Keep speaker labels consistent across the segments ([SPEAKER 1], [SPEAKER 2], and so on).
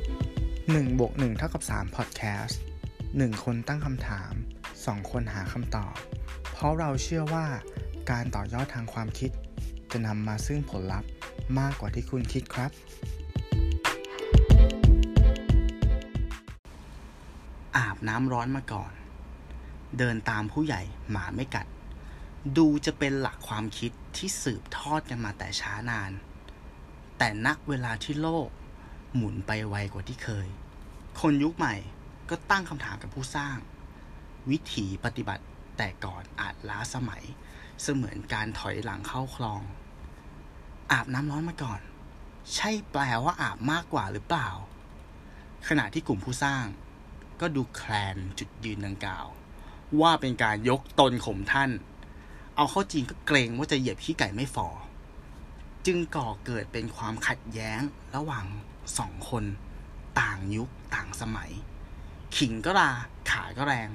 [SPEAKER 1] 1บวก1เท่ากับ3 Podcast 1 คนตั้งคำถาม 2 คนหาคำตอบ เพราะเราเชื่อว่าการต่อยอดทางความคิด จะนำมาซึ่งผลลัพธ์มากกว่าที่คุณคิดครับ อาบน้ำร้อนมาก่อน เดินตามผู้ใหญ่หมาไม่กัด ดูจะเป็นหลักความคิดที่สืบทอดกันมาแต่ช้านาน แต่นักเวลาที่โลก หมุนไปไวกว่าที่เคย คนยุคใหม่ก็ตั้งคำถามกับผู้สร้าง วิถีปฏิบัติแต่ก่อนอาจล้าสมัย เสมือนการถอยหลังเข้าคลอง อาบน้ำร้อนมาก่อน ใช่แปลว่าอาบมากกว่าหรือเปล่า ขณะที่กลุ่มผู้สร้าง ก็ดูแคลนจุดยืนดังกล่าว ว่าเป็นการยกตนข่มท่าน เอาเข้าจริงก็เกรงว่าจะเหยียบขี้ไก่ไม่ฟอ จึงก่อเกิดเป็นความขัดแย้งระหว่างสองคน ต่างยุคต่างสมัย ขิงก็ลาขาก็แรง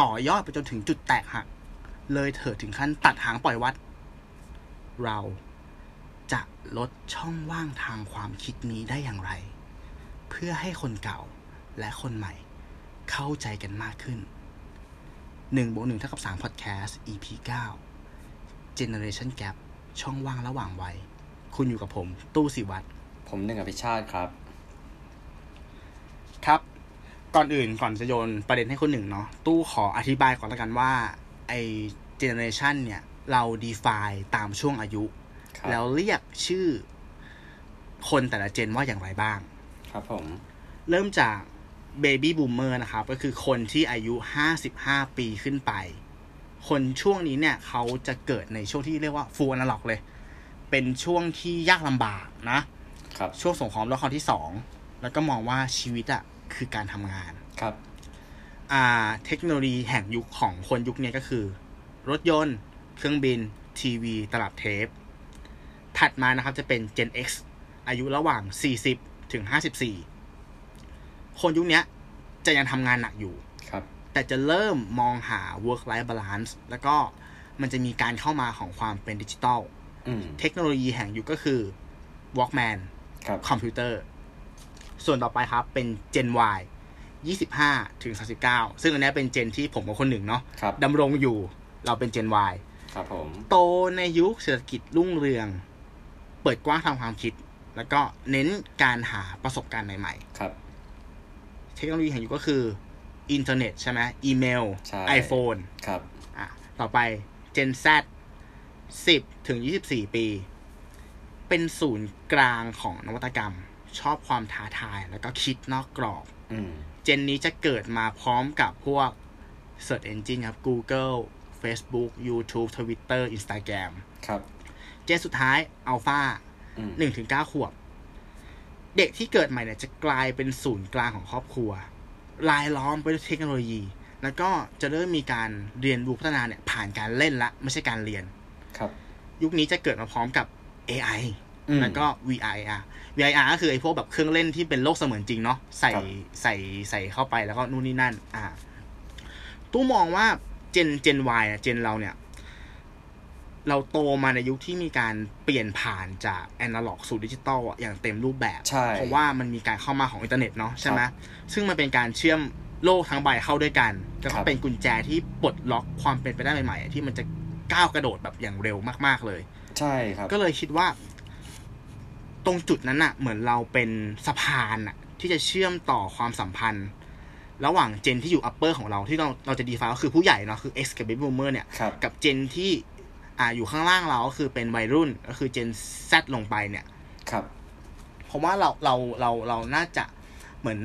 [SPEAKER 1] ต่อยอดไปจนถึงจุดแตกหัก เลยเถิดถึงขั้นตัดหางปล่อยวัด เราจะลดช่องว่างทางความคิดนี้ได้อย่างไร เพื่อให้คนเก่าและคนใหม่เข้าใจกันมากขึ้น1บวก1เท่ากับ3 Podcast EP 9 Generation Gap ช่องว่างระหว่างวัย คุณอยู่กับผม ตู้สิวัตร
[SPEAKER 2] ผมหนึ่งอภิชาติครับ
[SPEAKER 1] ครับ ก่อนอื่นก่อนจะโยนประเด็นให้คนหนึ่งเนาะตู้ขออธิบายก่อนละกันว่า ไอเจเนอเรชันเนี่ย เรา define ตามช่วงอายุ
[SPEAKER 2] ครับ
[SPEAKER 1] แล้วเรียกชื่อ คนแต่ละเจนว่าอย่างไรบ้าง
[SPEAKER 2] ครับผม
[SPEAKER 1] เริ่มจาก Baby Boomer นะครับ ก็คือคนที่อายุ 55 ปีขึ้นไป คนช่วงนี้เนี่ยเขาจะเกิดในช่วงที่เรียกว่า Full Analog เลย เป็นช่วงที่ยากลำบากนะ
[SPEAKER 2] ครับ
[SPEAKER 1] ช่วงสงครามโลกครั้งที่สองแล้วก็มองว่าชีวิตอะคือการทำงาน
[SPEAKER 2] ครับ
[SPEAKER 1] อ่าเทคโนโลยีแห่งยุคของคนยุคนี้ก็คือ รถยนต์ เครื่องบิน ทีวี ตลับเทป ถัดมานะครับจะเป็น Gen X อายุระหว่าง 40 ถึง 54 คนยุคเนี้ยจะยังทำงานหนักอยู่
[SPEAKER 2] ครับ
[SPEAKER 1] แต่จะเริ่มมองหา work life balance แล้วก็มันจะมีการเข้ามาของความเป็นดิจิทัล
[SPEAKER 2] อืม
[SPEAKER 1] เทคโนโลยีแห่งยุคก็คือ Walkman
[SPEAKER 2] ครับ
[SPEAKER 1] คอมพิวเตอร์ ส่วนต่อไปครับเป็น Gen Y 25 ถึง 39 ซึ่งอันเนี้ยเป็นเจนที่ผมกับคนหนึ่งเนาะ
[SPEAKER 2] ครับ
[SPEAKER 1] ดำรงอยู่เราเป็น Gen Y
[SPEAKER 2] ครับผม
[SPEAKER 1] โตในยุคเศรษฐกิจรุ่งเรือง เปิดกว้างทางความคิด แล้วก็เน้นการหาประสบการณ์ใหม่
[SPEAKER 2] ครับ
[SPEAKER 1] ๆ เทคโนโลยีแห่งยุคก็คือ อินเทอร์เน็ตใช่ไหมอีเมล
[SPEAKER 2] ใช่
[SPEAKER 1] iPhone
[SPEAKER 2] ครับ
[SPEAKER 1] อ่ะต่อไป Gen Z 10 ถึง 24 ปี เป็นศูนย์กลางของนวัตกรรม ชอบความท้าทายแล้วก็คิดนอกกรอบ
[SPEAKER 2] อืม
[SPEAKER 1] เจนนี้จะเกิดมาพร้อมกับพวก Search Engine ครับ Google Facebook YouTube Twitter Instagram
[SPEAKER 2] ครับ
[SPEAKER 1] เจนสุดท้าย Alpha
[SPEAKER 2] อืม
[SPEAKER 1] 1-9 ขวบ เด็กที่เกิดใหม่เนี่ยจะกลายเป็นศูนย์กลางของครอบครัว รายล้อมไปด้วยเทคโนโลยี แล้วก็จะเริ่มมีการเรียนรู้พัฒนาเนี่ยผ่านการเล่นละ ไม่ใช่การเรียน
[SPEAKER 2] ครับ
[SPEAKER 1] ยุคนี้จะเกิดมาพร้อมกับ AI
[SPEAKER 2] อืม
[SPEAKER 1] แล้วก็ VR AR VR ก็คือไอ้พวกแบบเครื่องเล่นที่เป็นโลกเสมือนจริงเนาะใส่
[SPEAKER 2] ครับ
[SPEAKER 1] ใส่ใส่เข้าไปแล้วก็นู่นนี่นั่น อ่า ตู้มองว่าเจนเจน Y อะเจนเราเนี่ย เราโตมาในยุคที่มีการเปลี่ยนผ่านจากแอนาล็อกสู่ดิจิตอลอะอย่างเต็มรูปแบบ
[SPEAKER 2] ใช่
[SPEAKER 1] เพราะว่ามันมีการเข้ามาของอินเทอร์เน็ตเนาะใช่ไหม
[SPEAKER 2] ครับ
[SPEAKER 1] ซึ่งมันเป็นการเชื่อมโลกทั้งใบเข้าด้วยกันแล้ว
[SPEAKER 2] ค
[SPEAKER 1] ก็
[SPEAKER 2] รับ
[SPEAKER 1] เป็นกุญแจที่ปลดล็อกความเป็นไปได้ใหม่ๆอะที่มันจะก้าวกระโดดแบบอย่างเร็วมากๆเลย
[SPEAKER 2] ใช่ครับ
[SPEAKER 1] ก็เลยคิดว่า ตรงจุดนั้นน่ะ เหมือนเราเป็นสะพานน่ะ ที่จะเชื่อมต่อความสัมพันธ์ ระหว่างเจนที่อยู่อัปเปอร์ของเราที่เราเราจะดีฟาก็คือผู้ใหญ่เนาะคือ X กับ Baby Boomer เนี่ย
[SPEAKER 2] ครับ
[SPEAKER 1] กับเจนที่อ่าอยู่ข้างล่างเราก็คือเป็นวัยรุ่น ก็คือเจน Z ลงไปเนี่ย
[SPEAKER 2] ครับ
[SPEAKER 1] เพราะว่าเราเราเราเราน่าจะเหมือน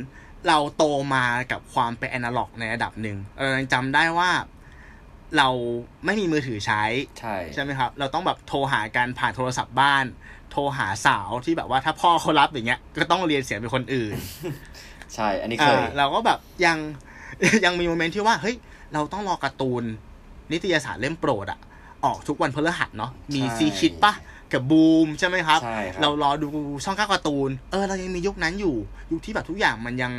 [SPEAKER 1] เราโตมากับความเป็นแอนาล็อกในระดับหนึ่งเรายังจำได้ว่าเราไม่มีมือถือใช้
[SPEAKER 2] ใช่
[SPEAKER 1] ใช่ไหมครับ เราต้องแบบโทรหากันผ่านโทรศัพท์บ้าน โทรหาสาวที่แบบว่าถ้าพ่อเขารับอย่างเงี้ย ก็ต้องเรียนเสียงเป็นคนอื่น
[SPEAKER 2] ใช่ อันนี้
[SPEAKER 1] เอ
[SPEAKER 2] เคย
[SPEAKER 1] อเราก็แบบยัง ยังมีโมเมนต์ที่ว่า เฮ้ย เราต้องรอการ์ตูน นิตยสารเล่มโปรดอะออกทุกวันพฤหัสเนาะ มี
[SPEAKER 2] ใช่
[SPEAKER 1] ซีคิดปะกับบูมใช่ไหมครับ
[SPEAKER 2] ใช่ครับ
[SPEAKER 1] เรารอดูช่องก้าการ์ตูน เออ เรายังมียุคนั้นอยู่ ยุคที่แบบทุกอย่างมันยัง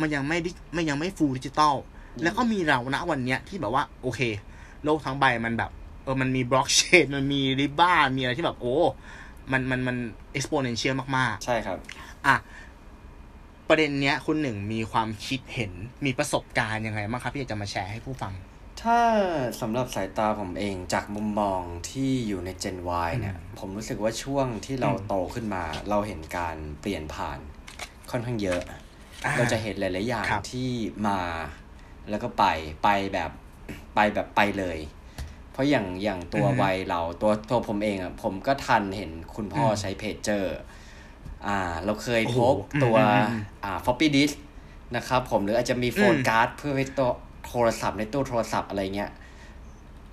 [SPEAKER 1] มันยังไม่ดิมันยังไม่ฟูลดิจิตอล แล้วก็มีเราณวันเนี้ยที่แบบว่า โอเค โลกทั้งใบมันแบบ เออ มันมีบล็อกเชน มันมีริบ้า มีอะไรที่แบบ โอ้ มัน มัน มันเอ็กซ์โพเนนเชียลมาก
[SPEAKER 2] ใช่ครับ
[SPEAKER 1] ๆ อ่ะ ประเด็นเนี้ยคุณหนึ่งมีความคิดเห็นมีประสบการณ์ยังไงบ้างครับที่อยากจะมาแชร์ให้ผู้ฟัง
[SPEAKER 2] ถ้าสำหรับสายตาผมเองจากมุมมองที่อยู่ใน Gen Y เนี่ย ผมรู้สึกว่าช่วงที่เรา
[SPEAKER 1] อืม
[SPEAKER 2] โตขึ้นมา เราเห็นการเปลี่ยนผ่านค่อนข้างเยอะ
[SPEAKER 1] อ่า
[SPEAKER 2] เราจะเห็นหลาย ๆ อย่าง
[SPEAKER 1] ครับ
[SPEAKER 2] ที่มาแล้วก็ไปไปแบบไปแบบไปเลย เพราะอย่างอย่างตัว
[SPEAKER 1] อือฮึ
[SPEAKER 2] วัยเราตัวตัวผมเองอ่ะผมก็ทันเห็นคุณพ่ออ
[SPEAKER 1] ม
[SPEAKER 2] ใช้เพจเจอร์อ่า เราเคย
[SPEAKER 1] โอ้
[SPEAKER 2] พ
[SPEAKER 1] โห
[SPEAKER 2] บตัว
[SPEAKER 1] อืมอืมอืม
[SPEAKER 2] อ่าฟอปปี้ดิส นะครับผมหรืออาจจะมีโฟน
[SPEAKER 1] อืม
[SPEAKER 2] การ์ดเพื่อไว้ตัวโทรศัพท์ในตู้โทรศัพท์อะไรเงี้ย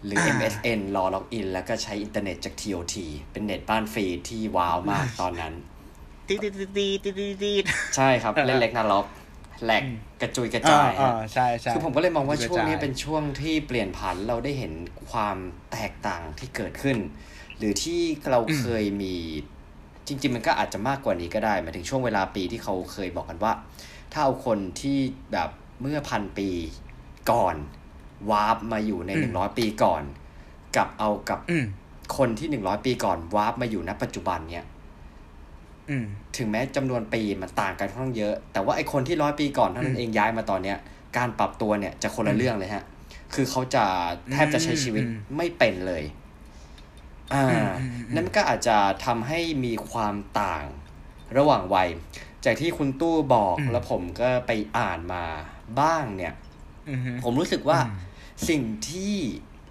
[SPEAKER 2] หรือ
[SPEAKER 1] อ่า
[SPEAKER 2] MSN รอล็อกอิน แล้วก็ใช้อินเทอร์เน็ตจาก TOT เป็นเน็ตบ้านฟรีที่ว้าวมากตอนนั้น
[SPEAKER 1] ตีดตีดตีดตีดตีดตีด
[SPEAKER 2] ใช่ครับ
[SPEAKER 1] เออ
[SPEAKER 2] เล่นเล็กนาล็อกแหลก
[SPEAKER 1] อืม
[SPEAKER 2] กระจุยกระ
[SPEAKER 1] อ่า
[SPEAKER 2] จาย
[SPEAKER 1] อ่า
[SPEAKER 2] ฮะ
[SPEAKER 1] ใช่ใช่
[SPEAKER 2] คือผมก็เลยมองว่าช่วงนี้
[SPEAKER 1] กระจาย
[SPEAKER 2] เป็นช่วงที่เปลี่ยนผันเราได้เห็นความแตกต่างที่เกิดขึ้น หรือที่เราเคยมีจริง ๆ มันก็อาจจะมากกว่านี้ก็ได้หมายถึงช่วงเวลาปีที่เขาเคยบอกกันว่า ถ้าเอาคนที่แบบเมื่อพันปีก่อนวาร์ปมาอยู่ในหนึ่งร้อยปีก่อน กับเอากับ
[SPEAKER 1] อืม
[SPEAKER 2] คนที่หนึ่งร้อยปีก่อนวาร์ปมาอยู่ณปัจจุบันเนี่ย
[SPEAKER 1] อืม
[SPEAKER 2] ถึงแม้จำนวนปีมันต่างกันค่อนข้างเยอะ แต่ว่าไอคนที่ร้อยปีก่อนเท่านั้น
[SPEAKER 1] อืม
[SPEAKER 2] เองย้ายมาตอนเนี้ย การปรับตัวเนี่ยจะคนละเรื่องเลยฮะ คือเขาจะแทบจะใช้ชีวิต
[SPEAKER 1] อืม
[SPEAKER 2] ไม่เป็นเลย อ่า
[SPEAKER 1] อืมอืมอืม
[SPEAKER 2] นั่นก็อาจจะทำให้มีความต่างระหว่างวัย จากที่คุณตู้บอกแล้วผมก็ไปอ่านมาบ้างเนี่ย
[SPEAKER 1] อืม
[SPEAKER 2] ผมรู้สึกว่า
[SPEAKER 1] อืม
[SPEAKER 2] สิ่งที่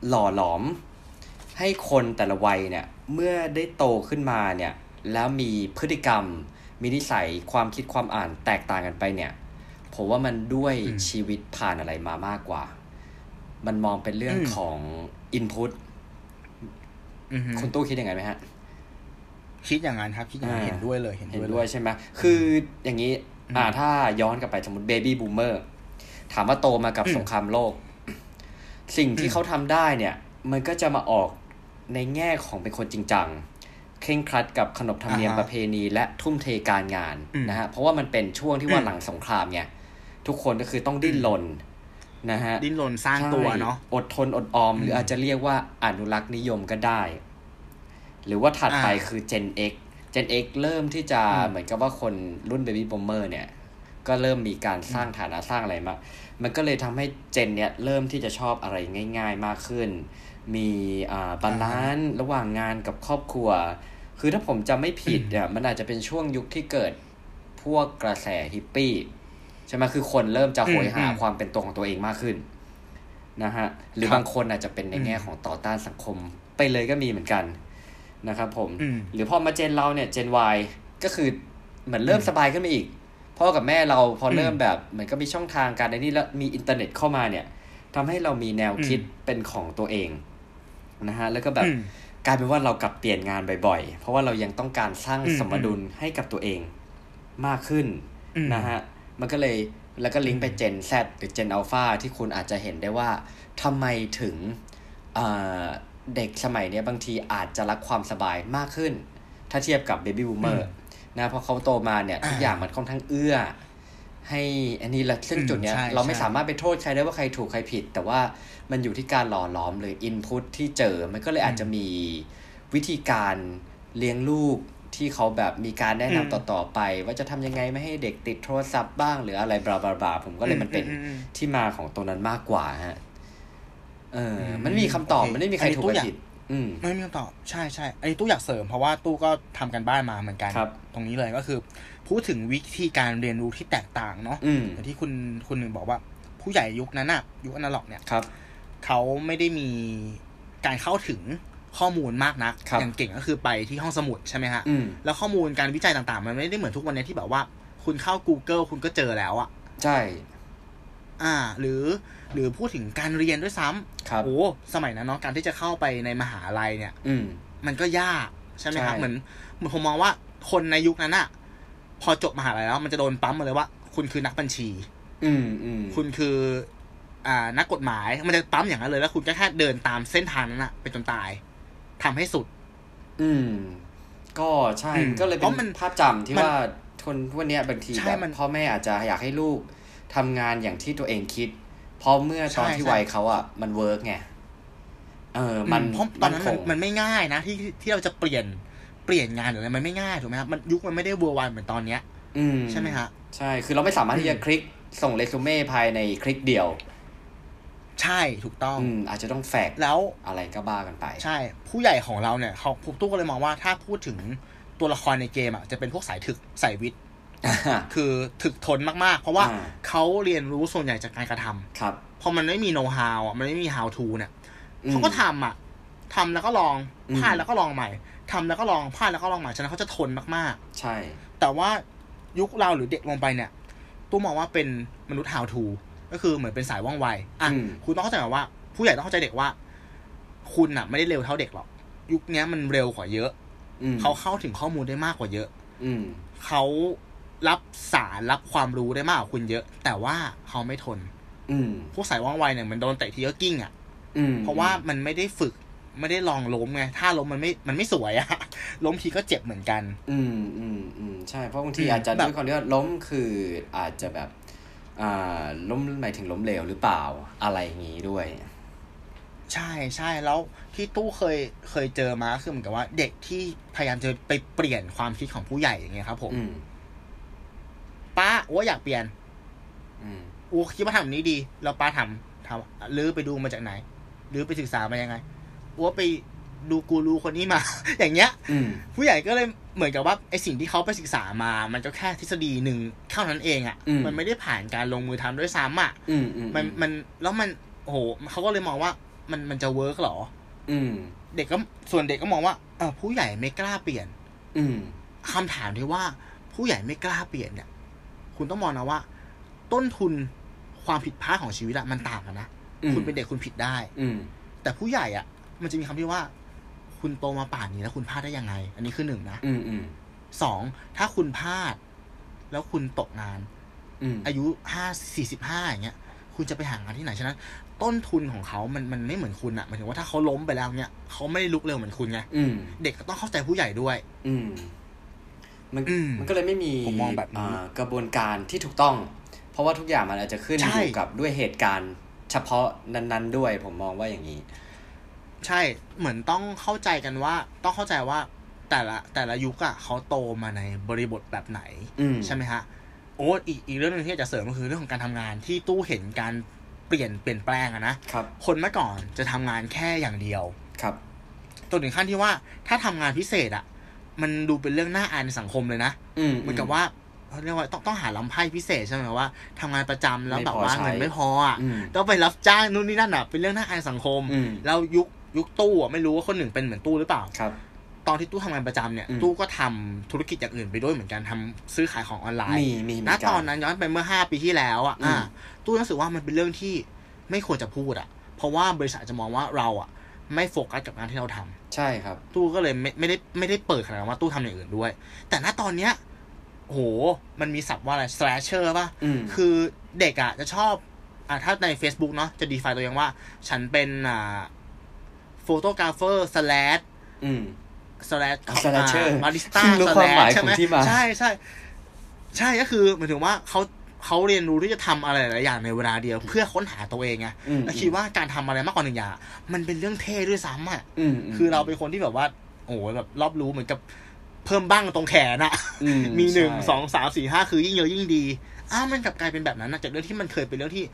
[SPEAKER 2] หล่อหลอมให้คนแต่ละวัยเนี่ย เมื่อได้โตขึ้นมาเนี่ย แล้วมีพฤติกรรม มีนิสัยความคิดความอ่านแตกต่างกันไปเนี่ย ผมว่ามันด้วย
[SPEAKER 1] อืม
[SPEAKER 2] ชีวิตผ่านอะไรมามากกว่า มันมองเป็นเรื่อง
[SPEAKER 1] อืม
[SPEAKER 2] ของอินพุต
[SPEAKER 1] อืม
[SPEAKER 2] คุณตู้คิดยังไงไหมฮะ
[SPEAKER 1] คิดอย่างนั้นครับคิดอย่างนั้นเห็นด้วยเลยเห็น
[SPEAKER 2] เห็
[SPEAKER 1] ด้
[SPEAKER 2] น
[SPEAKER 1] วยเล
[SPEAKER 2] ด้วย
[SPEAKER 1] ย
[SPEAKER 2] ใช่ไหม คืออย่างนี้ อ่า ถ้าย้อนกลับไปสมมติเบบี้บูมเมอร์ ถามว่าโตมากับ
[SPEAKER 1] อืม
[SPEAKER 2] สงครามโลก สิ่งที่เขาทำได้เนี่ย มันก็จะมาออกในแง่ของเป็นคนจริงจัง เคร่งครัดกับขนบธรรมเนียม
[SPEAKER 1] อ่าฮะ
[SPEAKER 2] ประเพณีและทุ่มเทการงาน
[SPEAKER 1] อืม
[SPEAKER 2] นะฮะ เพราะว่ามันเป็นช่วงที่ว่า
[SPEAKER 1] อืม
[SPEAKER 2] หลังสงครามเนี่ย ทุกคนก็คือต้องดิ้นรนนะฮะ
[SPEAKER 1] ดิ้นรนสร้างตัว
[SPEAKER 2] ใช่
[SPEAKER 1] เนาะ
[SPEAKER 2] อดทนอดออม หรืออาจจะเรียกว่าอนุรักษ์นิยมก็ได้ หรือว่าถัดไป
[SPEAKER 1] อ่า
[SPEAKER 2] คือ Gen X Gen X เริ่มที่จะ
[SPEAKER 1] อืม
[SPEAKER 2] เหมือนกับว่าคนรุ่น Baby Boomer เนี่ย ก็เริ่มมีการสร้างฐานะสร้างอะไรมา มันก็เลยทำให้เจนเนี่ยเริ่มที่จะชอบอะไรง่าย ๆ มากขึ้น มีอ่าบาลานซ์ระหว่างงานกับครอบครัว คือถ้าผมจำไม่ผิดเนี่ยมันอาจจะเป็นช่วงยุคที่เกิดพวกกระแสฮิปปี้ใช่ไหมคือคนเริ่มจะโหยหา
[SPEAKER 1] อืมอืม
[SPEAKER 2] ความเป็นตัวของตัวเองมากขึ้น นะฮะหรือ
[SPEAKER 1] ครับ
[SPEAKER 2] บางคนอาจจะเป็นในแง่ของต่อต้านสังคมไปเลยก็มีเหมือนกันนะครับผม
[SPEAKER 1] อืม
[SPEAKER 2] หรือพอมาเจนเราเนี่ยเจน Y ก็คือเหมือนเริ่มสบายขึ้นมาอีกพ่อกับแม่เราพอเริ่มแบบเหมือนก็มีช่องทางการในนี่แล้วมีอินเทอร์เน็ตเข้ามาเนี่ยทำให้เรามีแนวคิดเป็นของตัวเองนะฮะแล้วก็แบบ
[SPEAKER 1] อืม
[SPEAKER 2] กลายเป็นว่าเรากลับเปลี่ยนงานบ่อยๆ เพราะว่าเรายังต้องการสร้าง
[SPEAKER 1] อืม
[SPEAKER 2] สมดุลให้กับตัวเองมากขึ้น
[SPEAKER 1] อืม
[SPEAKER 2] นะฮะ มันก็เลยแล้วก็ลิงก์ไปเจน Z หรือเจน Alpha ที่คุณอาจจะเห็นได้ว่าทำไมถึงเอ่อเด็กสมัยเนี้ยบางทีอาจจะรักความสบายมากขึ้น ถ้าเทียบกับ Baby Boomer
[SPEAKER 1] อื
[SPEAKER 2] นะเพราะเขาโตมาเนี่ยทุก
[SPEAKER 1] อ่า
[SPEAKER 2] อย่างมันค่อนข้างเอื้อ ให้อันนี้ละซึ่ง
[SPEAKER 1] อืม
[SPEAKER 2] จุดเนี้ย
[SPEAKER 1] ใช่
[SPEAKER 2] เราไม่
[SPEAKER 1] ใช่
[SPEAKER 2] สามารถ ไม่สามารถไปโทษใครได้ว่าใครถูกใครผิด แต่ว่ามันอยู่ที่การหล่อหลอมหรืออินพุตที่เจอ มันก็เลยอาจจะมีวิธีการเลี้ยงลูกที่เขาแบบมีการแนะนำ
[SPEAKER 1] อืม
[SPEAKER 2] ต่อๆไป ว่าจะทำยังไงไม่ให้เด็กติดโทรศัพท์บ้าง หรืออะไรบลาบลาบลาผมก็เลยมันเป็น
[SPEAKER 1] อืมอืม
[SPEAKER 2] ที่มาของตรงนั้นมากกว่าฮะเอออ
[SPEAKER 1] ม
[SPEAKER 2] มันมีคำตอบ
[SPEAKER 1] โอเค
[SPEAKER 2] มันไม่มีใคร
[SPEAKER 1] อันนี้
[SPEAKER 2] ถูก
[SPEAKER 1] ตัวอ
[SPEAKER 2] ใคร
[SPEAKER 1] ย่าง
[SPEAKER 2] ผิด อืม
[SPEAKER 1] ไม่มีคำตอบใช่ใช่ไอ้ตู้อยากเสริมเพราะว่าตู้ก็ทำกันบ้านมาเหมือนกัน
[SPEAKER 2] ครับ
[SPEAKER 1] ตรงนี้เลยก็คือ พูดถึงวิธีการเรียนรู้ที่แตกต่างเนาะ
[SPEAKER 2] อืม
[SPEAKER 1] อย่างที่คุณคุณหนึ่งบอกว่า ผู้ใหญ่ยุคนั้นอะยุคอนาล็อกเนี่ย
[SPEAKER 2] ครับ
[SPEAKER 1] เขาไม่ได้มีการเข้าถึงข้อมูลมากนัก
[SPEAKER 2] ครับ
[SPEAKER 1] อย่างเก่งก็คือไปที่ห้องสมุดใช่ไหมฮะ
[SPEAKER 2] อืม
[SPEAKER 1] แล้วข้อมูลการวิจัยต่างๆ มันไม่ได้เหมือนทุกวันนี้ที่แบบว่า คุณเข้า Google คุณก็เจอแล้วอะ
[SPEAKER 2] ใช่
[SPEAKER 1] อ่า หรือ หรือพูดถึงการเรียนด้วยซ้ำ
[SPEAKER 2] ครับ
[SPEAKER 1] โอ้สมัยนั้นเนาะการที่จะเข้าไปในมหาลัยเนี่ย
[SPEAKER 2] อืม
[SPEAKER 1] มันก็ยากใช่ไหมครับ
[SPEAKER 2] ใช่
[SPEAKER 1] เหมือนเหมือนผมมองว่าคนในยุคนั้นอะพอจบมหาลัยแล้วมันจะโดนปั๊มมาเลยว่า คุณคือนักบัญชี
[SPEAKER 2] อืมอืม
[SPEAKER 1] คุณคือ อ่านักกฎหมายมันจะปั๊มอย่างนั้นเลยแล้ว คุณก็แค่เดินตามเส้นทางนั้นอะไปจนตายทำให้สุด
[SPEAKER 2] อืม ก็ใช่
[SPEAKER 1] อืม
[SPEAKER 2] มันก็เลย
[SPEAKER 1] เพ
[SPEAKER 2] เป็
[SPEAKER 1] ราะมัน น
[SPEAKER 2] ภาพจำที่
[SPEAKER 1] มัน
[SPEAKER 2] ว่าคนทุกวันเนี้ยบางที
[SPEAKER 1] ใช่
[SPEAKER 2] แบบ
[SPEAKER 1] มัน
[SPEAKER 2] พ่อแม่อาจจะอยากให้ลูกทำงานอย่างที่ตัวเองคิดเพราะเมื่อตอน
[SPEAKER 1] ใช่
[SPEAKER 2] ที่
[SPEAKER 1] ใช่
[SPEAKER 2] วัยเขาอ่ะ มันเวิร์กไงเออ มัน
[SPEAKER 1] เพราะตอนนั้นมัน
[SPEAKER 2] คง
[SPEAKER 1] มันไม่ง่ายนะที่ที่เราจะเปลี่ยนเปลี่ยนงานหรืออะไรมันไม่ง่ายถูกไหมครับมันยุคมันไม่ได้เวอร์วานเหมือนตอนเนี้ย
[SPEAKER 2] อืม
[SPEAKER 1] ใช่ไหมฮะ
[SPEAKER 2] ใช่ คือเราไม่สามารถที่จะคลิกส่งเรซูเม่ภายในคลิกเดียว
[SPEAKER 1] ใช่ถูกต้อง
[SPEAKER 2] อืม อาจจะต้องแฟกซ์
[SPEAKER 1] แล้ว
[SPEAKER 2] อะไรก็บ้ากันไป
[SPEAKER 1] ใช่ผู้ใหญ่ของเราเนี่ยเขาพวกตู้ก็เลยมองว่าถ้าพูดถึงตัวละครในเกมอ่ะจะเป็นพวกสายถึกสายวิทย์ คือถึกทนมากๆ เพราะว่า
[SPEAKER 2] อ่า
[SPEAKER 1] เขาเรียนรู้ส่วนใหญ่จากการกระทำ
[SPEAKER 2] ครับ
[SPEAKER 1] พอมันไม่มีโน้ตฮาวอ่ะมันไม่มี how to เนี่ย
[SPEAKER 2] อืม
[SPEAKER 1] เขาก็ทำอ่ะทำแล้วก็ลอง
[SPEAKER 2] อืม
[SPEAKER 1] พลาดแล้วก็ลองใหม่ทำแล้วก็ลองพลาดแล้วก็ลองใหม่ฉะนั้นเขาจะทนมาก
[SPEAKER 2] ใช่
[SPEAKER 1] ๆ แต่ว่ายุคเราหรือเด็กลงไปเนี่ยตู้มองว่าเป็นมนุษย์ how to ก็คือเหมือนเป็นสายว่องไวอ่ะ
[SPEAKER 2] อืม
[SPEAKER 1] คุณต้องเข้าใจก่อนว่า ผู้ใหญ่ต้องเข้าใจเด็กว่า คุณน่ะ ไม่ได้เร็วเท่าเด็กหรอก ยุคเนี้ยมันเร็วกว่าเยอะ
[SPEAKER 2] อืม
[SPEAKER 1] เขาเข้าถึงข้อมูลได้มากกว่าเยอะ
[SPEAKER 2] อืม
[SPEAKER 1] เขารับสารรับความรู้ได้มากกว่าคุณเยอะ แต่ว่าเขาไม่ทน
[SPEAKER 2] อืม
[SPEAKER 1] พวกสายว่องไวเนี่ยมันโดนเตะทีก็กิ้งอ่ะ
[SPEAKER 2] อืม
[SPEAKER 1] เพราะว่ามันไม่ได้ฝึก ไม่ได้ลองล้มไง ถ้าล้มมันไม่ มันไม่สวยอะ ล้มทีก็เจ็บเหมือนกัน
[SPEAKER 2] อืมอืมอืมใช่เพราะบางที
[SPEAKER 1] อืม
[SPEAKER 2] อาจจะ
[SPEAKER 1] แบบ
[SPEAKER 2] ด้วยความที่ว่าล้มคืออาจจะแบบ อ่าล้มหมายถึงล้มเหลวหรือเปล่าอะไรอย่างงี้ด้วย
[SPEAKER 1] ใช่ใช่แล้วที่ตู้เคย เคยเจอมาคือเหมือนกับว่า เด็กที่พยายามจะไปเปลี่ยนความคิดของผู้ใหญ่อย่างเงี้ยครับผม
[SPEAKER 2] อืม
[SPEAKER 1] ป้าอ้วอยากเปลี่ยน
[SPEAKER 2] อืม
[SPEAKER 1] อูคิดว่าทำแบบนี้ดี เราป้าทำทำหรือไปดูมาจากไหน หรือไปศึกษามายังไงอูว่าไปดูกูรูคนนี้มา อย่างเงี้ย
[SPEAKER 2] อืม
[SPEAKER 1] ผู้ใหญ่ก็เลยเหมือนกับว่าไอสิ่งที่เขาไปศึกษามา มันก็แค่ทฤษฎีหนึ่งเท่านั้นเองอะ่ะ มันไม่ได้ผ่านการลงมือทำด้วยซ้ำอะ่ะ
[SPEAKER 2] อืมอืม
[SPEAKER 1] มันมันแล้วมันโอ้โหเขาก็เลยมองว่ามันมันจะเวิร์กหรอ
[SPEAKER 2] อืม
[SPEAKER 1] เด็กก็ส่วนเด็กก็มองว่าเออผู้ใหญ่ไม่กล้าเปลี่ยน
[SPEAKER 2] อืม
[SPEAKER 1] คำถามที่ว่าผู้ใหญ่ไม่กล้าเปลี่ยนเนี่ย คุณต้องมองนะว่า ต้นทุนความผิดพลาดของชีวิตอะมันต่างกันนะ
[SPEAKER 2] อืม
[SPEAKER 1] คุณเป็นเด็กคุณผิดได้
[SPEAKER 2] อืม
[SPEAKER 1] แต่ผู้ใหญ่อะมันจะมีคำที่ว่า คุณโตมาป่านนี้แล้วคุณพลาดได้ยังไง อันนี้คือหนึ่งนะ
[SPEAKER 2] อืมอืม
[SPEAKER 1] สองถ้าคุณพลาด แล้วคุณตกงาน
[SPEAKER 2] อืม
[SPEAKER 1] อายุห้าสี่สิบห้าอย่างเงี้ย คุณจะไปหางานที่ไหนฉะนั้น ต้นทุนของเขามันมันไม่เหมือนคุณอะหมายถึงว่าถ้าเขาล้มไปแล้วเนี่ยเขาไม่ได้ลุกเร็วเหมือนคุณไง
[SPEAKER 2] อืม
[SPEAKER 1] เด็กก็ต้องเข้าใจผู้ใหญ่ด้วย
[SPEAKER 2] อืมมัน
[SPEAKER 1] อืม
[SPEAKER 2] มันก็เลยไม่มี
[SPEAKER 1] ผมมองแบบนี้
[SPEAKER 2] อ่ากระบวนการที่ถูกต้อง เพราะว่าทุกอย่างมันอาจจะขึ้น
[SPEAKER 1] ใช่
[SPEAKER 2] อยู่กับด้วยเหตุการณ์เฉพาะนั้น ๆ ด้วย ผมมองว่าอย่างนี้
[SPEAKER 1] ใช่เหมือนต้องเข้าใจกันว่า ต้องเข้าใจว่าแต่ละแต่ละยุคอะเขาโตมาในบริบทแบบไหน
[SPEAKER 2] อืม
[SPEAKER 1] ใช่ไหมฮะโอ้อีกอีกเรื่องหนึงที่อยากจะเสริมก็คือเรื่องของการทำงานที่ตู้เห็นการเปลี่ยนเปลี่ยนแปลงอะนะ
[SPEAKER 2] ครับ
[SPEAKER 1] คนเมื่อก่อนจะทำงานแค่อย่างเดียว
[SPEAKER 2] ครับ
[SPEAKER 1] จนถึงขั้นที่ว่าถ้าทำงานพิเศษอะมันดูเป็นเรื่องน่าอายในสังคมเลยนะ
[SPEAKER 2] อืม
[SPEAKER 1] เหมือนกับว่าเขาเรียกว่าต้องต้องหาลำไพ่พิเศษใช่ไหมว่าทำงานประจำแล้วแบบว่า
[SPEAKER 2] ไม่พอใช้
[SPEAKER 1] เงินไม่พออะ
[SPEAKER 2] อืม
[SPEAKER 1] ต้องไปรับจ้างนู่นนี่นั่นอะเป็นเรื่องน่าอายสังคม
[SPEAKER 2] อืม
[SPEAKER 1] แล้วยุคยุคตู้อะไม่รู้ว่าคนหนึ่งเป็นเหมือนตู้หรือเปล่า
[SPEAKER 2] ครับ
[SPEAKER 1] ตอนที่ตู้ทำงานประจำเนี่ย
[SPEAKER 2] อืม
[SPEAKER 1] ตู้ก็ทำธุรกิจอย่างอื่นไปด้วยเหมือนกันทำซื้อขายของออนไลน์
[SPEAKER 2] มีมีเห
[SPEAKER 1] ณ
[SPEAKER 2] มืกั
[SPEAKER 1] ตอนนั้นย้อนไปเมื่อห้าปีที่แล้วอ่ะ
[SPEAKER 2] อืม
[SPEAKER 1] อ่าตู้รู้สึกว่ามันเป็นเรื่องที่ไม่ควรจะพูดอ่ะ เพราะว่าบริษัทจะมองว่าเราอ่ะ ไม่โฟกัสกับงานที่เราทำ
[SPEAKER 2] ใช่ครับ
[SPEAKER 1] ตู้ก็เลยไม่ไม่ได้ไม่ได้เปิดขนาดนั้นว่าตู้ทำอย่างอื่นด้วย แต่ณตอนเนี้ยโหมันมีศัพท์ว่าอะไร slasher ป่ะ
[SPEAKER 2] อืม
[SPEAKER 1] คือเด็กอ่ะจะชอบอ่ะถ้าใน Facebook เนาะจะ define ตัวเองว่า ฉันเป็นอ่า photographer slash
[SPEAKER 2] อืม
[SPEAKER 1] สแลช
[SPEAKER 2] อ่ะ slasher
[SPEAKER 1] บาริสต้า
[SPEAKER 2] เพิ่งรู้ความหมาย
[SPEAKER 1] ใช่ไหม
[SPEAKER 2] ของที่มา
[SPEAKER 1] ใช่ใช่ใช่ก็คือหมายถึงว่าเขาเขาเรียนรู้ที่จะทำอะไรหลายอย่างในเวลาเดียว เพื่อค้นหาตัวเองไง
[SPEAKER 2] อืม
[SPEAKER 1] แล้วคิดว่าการทำอะไรมากกว่าหนึ่งอย่างอะมันเป็นเรื่องเท่ด้วยซ้ำอ่ะ
[SPEAKER 2] อืม
[SPEAKER 1] คือเราเป็นคนที่แบบว่า โอ้โหแบบรอบรู้เหมือนกับเพิ่มบ้างตรงแขนอะ
[SPEAKER 2] อื
[SPEAKER 1] มีหนึ่ง
[SPEAKER 2] ใช่
[SPEAKER 1] สองสามสี่ห้าคือยิ่งเยอะยิ่งดีอ้าวมันกลับกลายเป็นแบบนั้นนะจากเรื่องที่มันเคยเป็นเรื่องที่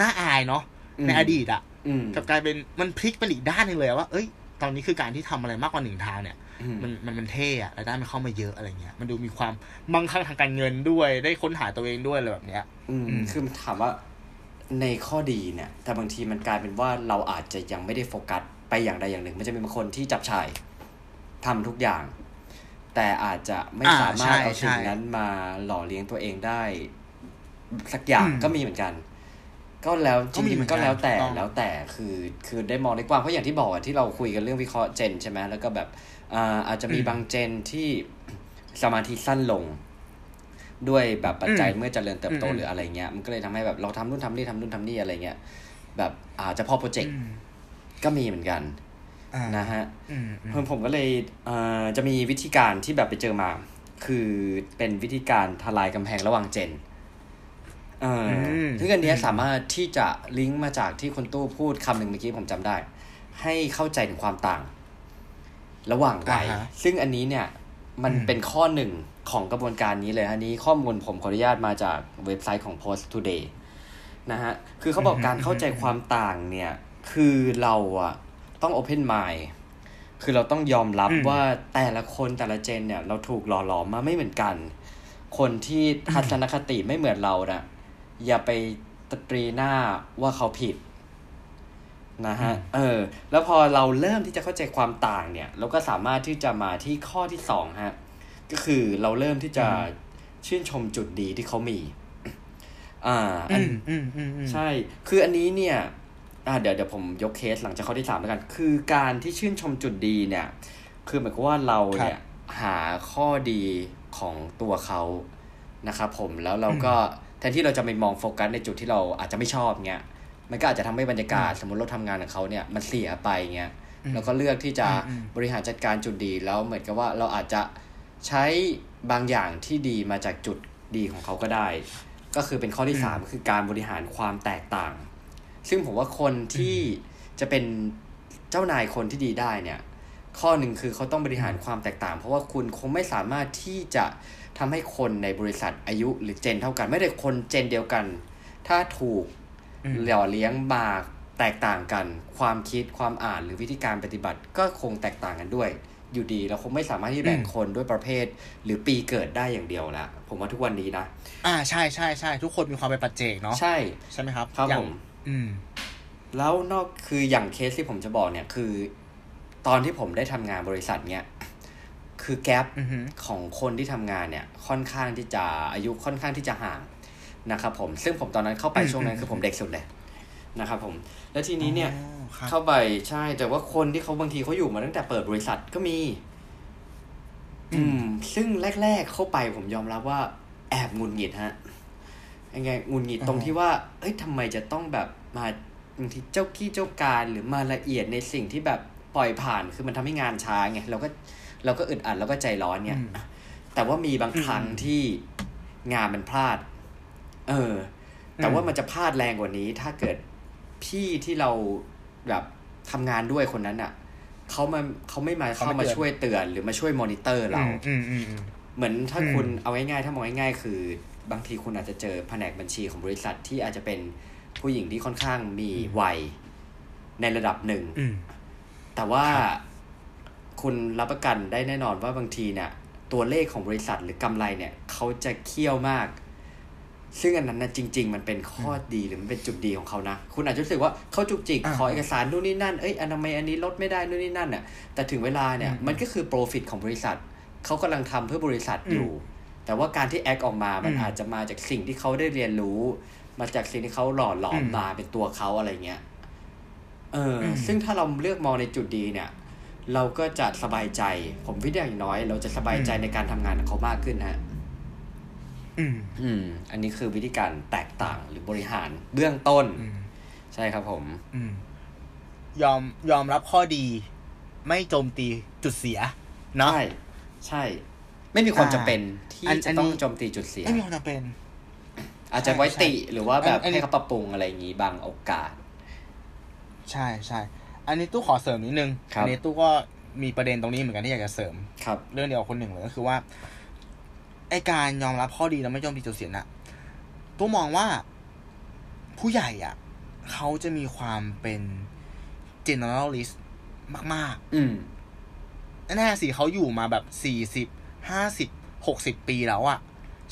[SPEAKER 1] น่าอายเนาะในอดีตอะ
[SPEAKER 2] อืม
[SPEAKER 1] กลับกลายเป็นมันพลิกเป็นอีกด้านหนึ่งเลยอะว่า เอ้ย ตอนนี้คือการที่ทำอะไรมากกว่าหนึ่งทางเนี่ย
[SPEAKER 2] อืม
[SPEAKER 1] มันมันมันเท่อะรายได้มันเข้ามาเยอะอะไรเงี้ย มันดูมีความมั่งคั่งทางการเงินด้วย ได้ค้นหาตัวเองด้วยอะไรแบบเนี้ย
[SPEAKER 2] อืมคือถามว่าในข้อดีเนี่ย แต่บางทีมันกลายเป็นว่าเราอาจจะยังไม่ได้โฟกัสไปอย่างใดอย่างหนึ่ง มันจะมีบางคนที่จับฉ่ายทำทุกอย่าง แต่อาจจะไม่
[SPEAKER 1] อ่า
[SPEAKER 2] สามารถ
[SPEAKER 1] ใช่
[SPEAKER 2] เอาสิ่ง
[SPEAKER 1] ใช่
[SPEAKER 2] นั้นมาหล่อเลี้ยงตัวเองได้ สักอย่าง
[SPEAKER 1] อืม
[SPEAKER 2] ก็มีเหมือนกัน ก็แล้ว
[SPEAKER 1] ก็มีเหมือนกัน
[SPEAKER 2] ก็แล้วแต่
[SPEAKER 1] ถูกต้อง
[SPEAKER 2] แล้วแต่คือคือได้มองได้กว้างเพราะอย่างที่บอกอะที่เราคุยกันเรื่องวิเคราะห์เจนใช่ไหมแล้วก็แบบอ่าอาจจะมีบางเจนที่ สมาธิสั้นลง ด้วยแบบปัจจัย
[SPEAKER 1] อืม
[SPEAKER 2] เมื่อเจริญเติบโต
[SPEAKER 1] อืม
[SPEAKER 2] หรืออะไรเงี้ยมันก็เลยทำให้แบบเราทำนู่นทำนี่ทำนู่นทำนี่อะไรเงี้ยแบบอาจจะพอโปรเจกต์ก็มีเหมือนกัน
[SPEAKER 1] อ่า
[SPEAKER 2] นะฮะ
[SPEAKER 1] อืมอืม
[SPEAKER 2] เพิ่มผมก็เลยเอ่อจะมีวิธีการที่แบบไปเจอมา คือเป็นวิธีการทลายกำแพงระหว่างเจนเอ่ออ
[SPEAKER 1] ม
[SPEAKER 2] ซึ่งอันเนี้ยสามารถที่จะลิงก์มาจากที่คุณตู้พูดคำหนึ่งเมื่อกี้ผมจำได้ ให้เข้าใจถึงความต่าง ระหว่างวัย
[SPEAKER 1] อ่าฮะ
[SPEAKER 2] ซึ่งอันนี้เนี่ย มัน
[SPEAKER 1] อืม
[SPEAKER 2] เป็นข้อหนึ่งของกระบวนการนี้เลยฮะนี้ข้อมูลผมขออนุญาตมาจากเว็บไซต์ของ Post Today นะฮะ คือเขาบอก
[SPEAKER 1] อือฮึ
[SPEAKER 2] การเข้าใจ
[SPEAKER 1] อือฮึ
[SPEAKER 2] ความต่างเนี่ย คือเราอะต้อง Open Mind คือเราต้องยอมรับว่าแต่ละคนแต่ละเจนเนี่ย เราถูกหล่อหลอมมาไม่เหมือนกัน คนที่ทัศนคติไม่เหมือนเราน่ะ อย่าไปตรีหน้าว่าเขาผิด นะฮะ เออ แล้วพอเราเริ่มที่จะเข้าใจความต่างเนี่ย เราก็สามารถที่จะมาที่ข้อที่สองฮะ ก็คือเราเริ่มที่จะ
[SPEAKER 1] อืม
[SPEAKER 2] ชื่นชมจุดดีที่เขามี อ่าอัน
[SPEAKER 1] มอืมอืมอืม
[SPEAKER 2] ใช่ คืออันนี้เนี่ย อ่าเดี๋ยวเดี๋ยวผมยกเคสหลังจากข้อที่สามแล้วกัน คือการที่ชื่นชมจุดดีเนี่ย คือหมายความว่าเราเนี่ยหาข้อดีของตัวเขานะครับผม แล้วเราก็แทนที่เราจะไปมองโฟกัสในจุดที่เราอาจจะไม่ชอบเงี้ย มันก็อาจจะทำให้บรรยากาศสมมติเราทำงานของเขาเนี่ยมันเสียไปเงี้ย
[SPEAKER 1] อืม
[SPEAKER 2] แล้วก็เลือกที่จะ
[SPEAKER 1] อืมอืม
[SPEAKER 2] บริหารจัดการจุดดี แล้วเหมือนกับว่าเราอาจจะใช้บางอย่างที่ดีมาจากจุดดีของเขาก็ได้ ก็คือเป็นข้อที่
[SPEAKER 1] อืม
[SPEAKER 2] สามคือการบริหารความแตกต่าง ซึ่งผมว่าคนที่จะเป็นเจ้านายคนที่ดีได้เนี่ย ข้อหนึ่งคือเขาต้องบริหารความแตกต่าง เพราะว่าคุณคงไม่สามารถที่จะทำให้คนในบริษัทอายุหรือเจนเท่ากัน ไม่ได้คนเจนเดียวกัน ถ้าถูก
[SPEAKER 1] อืม
[SPEAKER 2] หล่อเลี้ยงมาแตกต่างกัน ความคิดความอ่านหรือวิธีการปฏิบัติก็คงแตกต่างกันด้วย อยู่ดีเราคงไม่สามารถที่จะแบ่งคนด้วยประเภท หรือปีเกิดได้อย่างเดียวละผมว่าทุกวันนี้นะ
[SPEAKER 1] อ่าใช่ใช่ใช่ทุกคนมีความเป็นปัจเจกเนาะ
[SPEAKER 2] ใช่
[SPEAKER 1] ใช่ไหมครับ
[SPEAKER 2] ครับ
[SPEAKER 1] อย่าง
[SPEAKER 2] ผม
[SPEAKER 1] อืม
[SPEAKER 2] แล้วนอกคืออย่างเคสที่ผมจะบอกเนี่ยคือ ตอนที่ผมได้ทำงานบริษัทเนี่ยคือแกลบ
[SPEAKER 1] อือฮึ
[SPEAKER 2] ของคนที่ทำงานเนี่ย ค่อนข้างที่จะอายุค่อนข้างที่จะห่างนะครับผม ซึ่งผมตอนนั้นเข้าไปช่วงนั้นคือผมเด็กสุดเลยนะครับผม แล้วทีนี้เนี่ย
[SPEAKER 1] อ๋อครับ
[SPEAKER 2] เข้าไปใช่ แต่ว่าคนที่เขาบางทีเขาอยู่มาตั้งแต่เปิดบริษัทก็มี อืม ซึ่งแรก ๆ เข้าไปผมยอมรับว่า แอบหงุนหงิดฮะยังไงหงุนหงิด
[SPEAKER 1] อ๋อ
[SPEAKER 2] ตรงที่ว่า เอ้ยทำไมจะต้องแบบมาบางทีเจ้ากี้เจ้าการหรือมาละเอียดในสิ่งที่แบบปล่อยผ่านคือมันทำให้งานช้าไงเราก็เราก็อึดอัดเราก็ใจร้อนเนี่ย แต่ว่ามีบางครั้งที่งานมันพลาด เออ แต่ว่ามันจะพลาดแรงกว่านี้ ถ้าเกิดพี่ที่เราแบบทำงานด้วยคนนั้นอ่ะเขามาเขาไม่มา
[SPEAKER 1] เขา
[SPEAKER 2] เข้า
[SPEAKER 1] ไม่
[SPEAKER 2] มา
[SPEAKER 1] เตือน
[SPEAKER 2] ช่วยเตือนหรือมาช่วยมอนิเตอร์เรา
[SPEAKER 1] อืมอืมอืม
[SPEAKER 2] เหมือนถ้า
[SPEAKER 1] อืม
[SPEAKER 2] คุณเอาง่ายๆถ้ามองง่ายๆคือบางทีคุณอาจจะเจอแผนกบัญชีของบริษัทที่อาจจะเป็นผู้หญิงที่ค่อนข้างมีวัยในระดับหนึ่ง
[SPEAKER 1] อืม
[SPEAKER 2] แต่ว่าคุณรับประกันได้แน่นอนว่าบางทีเนี่ย ตัวเลขของบริษัทหรือกำไรเนี่ย เขาจะเคี่ยวมาก ซึ่งอันนั้นนะจริง ๆ มันเป็นข้อดีหรือมันเป็นจุดดีของเขานะ คุณอาจจะรู้สึกว่าเขาจุกจิก
[SPEAKER 1] อ่า
[SPEAKER 2] ขอเอกสารนู่นนี่นั่น เอ้ยอนามัยอันนี้ลดไม่ได้นู่นนี่นั่นน่ะแต่ถึงเวลาเนี่ย
[SPEAKER 1] อืม
[SPEAKER 2] มันก็คือ profit ของบริษัท เขากำลังทำเพื่อบริษัทอยู่ แต่ว่าการที่แอคออกมา มัน
[SPEAKER 1] อืม
[SPEAKER 2] อาจจะมาจากสิ่งที่เขาได้เรียนรู้ มาจากสิ่งที่เขาหล่อหลอม
[SPEAKER 1] อืม
[SPEAKER 2] มาเป็นตัวเขาอะไรเงี้ย เอออ
[SPEAKER 1] ม
[SPEAKER 2] ซึ่งถ้าเราเลือกมองในจุดดีเนี่ย เราก็จะสบายใจ ผมพิดอย่างน้อย เราจะสบายใจในการทำงานของเขามากขึ้นฮะ
[SPEAKER 1] อืม
[SPEAKER 2] อืม อันนี้คือวิธีการแตกต่างหรือบริหารเบื้องต้น
[SPEAKER 1] อืม
[SPEAKER 2] ใช่ครับผม
[SPEAKER 1] อืมยอมยอมรับข้อดี ไม่โจมตีจุดเสีย เนาะ
[SPEAKER 2] ใช่ ใช่ ไม่มีความ
[SPEAKER 1] อ่า
[SPEAKER 2] จำเป็นที่
[SPEAKER 1] อัน
[SPEAKER 2] จะ
[SPEAKER 1] น
[SPEAKER 2] ต้อง
[SPEAKER 1] นี้
[SPEAKER 2] โจมตีจุดเสีย
[SPEAKER 1] ไม่มีความจำเป็น
[SPEAKER 2] อาจจะไว้
[SPEAKER 1] ใช่
[SPEAKER 2] ติหรือว่าแบบ
[SPEAKER 1] อันนี้
[SPEAKER 2] ให้เขาปรับปรุงอะไรอย่างนี้บางโอกาส
[SPEAKER 1] ใช่ใช่ อันนี้ตู้ขอเสริมนิดนึง
[SPEAKER 2] ครับ
[SPEAKER 1] อันี้ตู้ก็มีประเด็นตรงนี้เหมือนกันที่อยากจะเสริม
[SPEAKER 2] ครับ
[SPEAKER 1] เรื่องเดียวกับคนหนึ่งเลยก็คือว่าไอการยอมรับข้อดีแล้วไม่ยอมดีจุดเสียน่ะตัวมองว่าผู้ใหญ่อ่ะ เขาจะมีความเป็น generalist มาก
[SPEAKER 2] อืม
[SPEAKER 1] ๆ แน่ๆสิเขาอยู่มาแบบสี่สิบห้าสิบหกสิบปีแล้วอ่ะ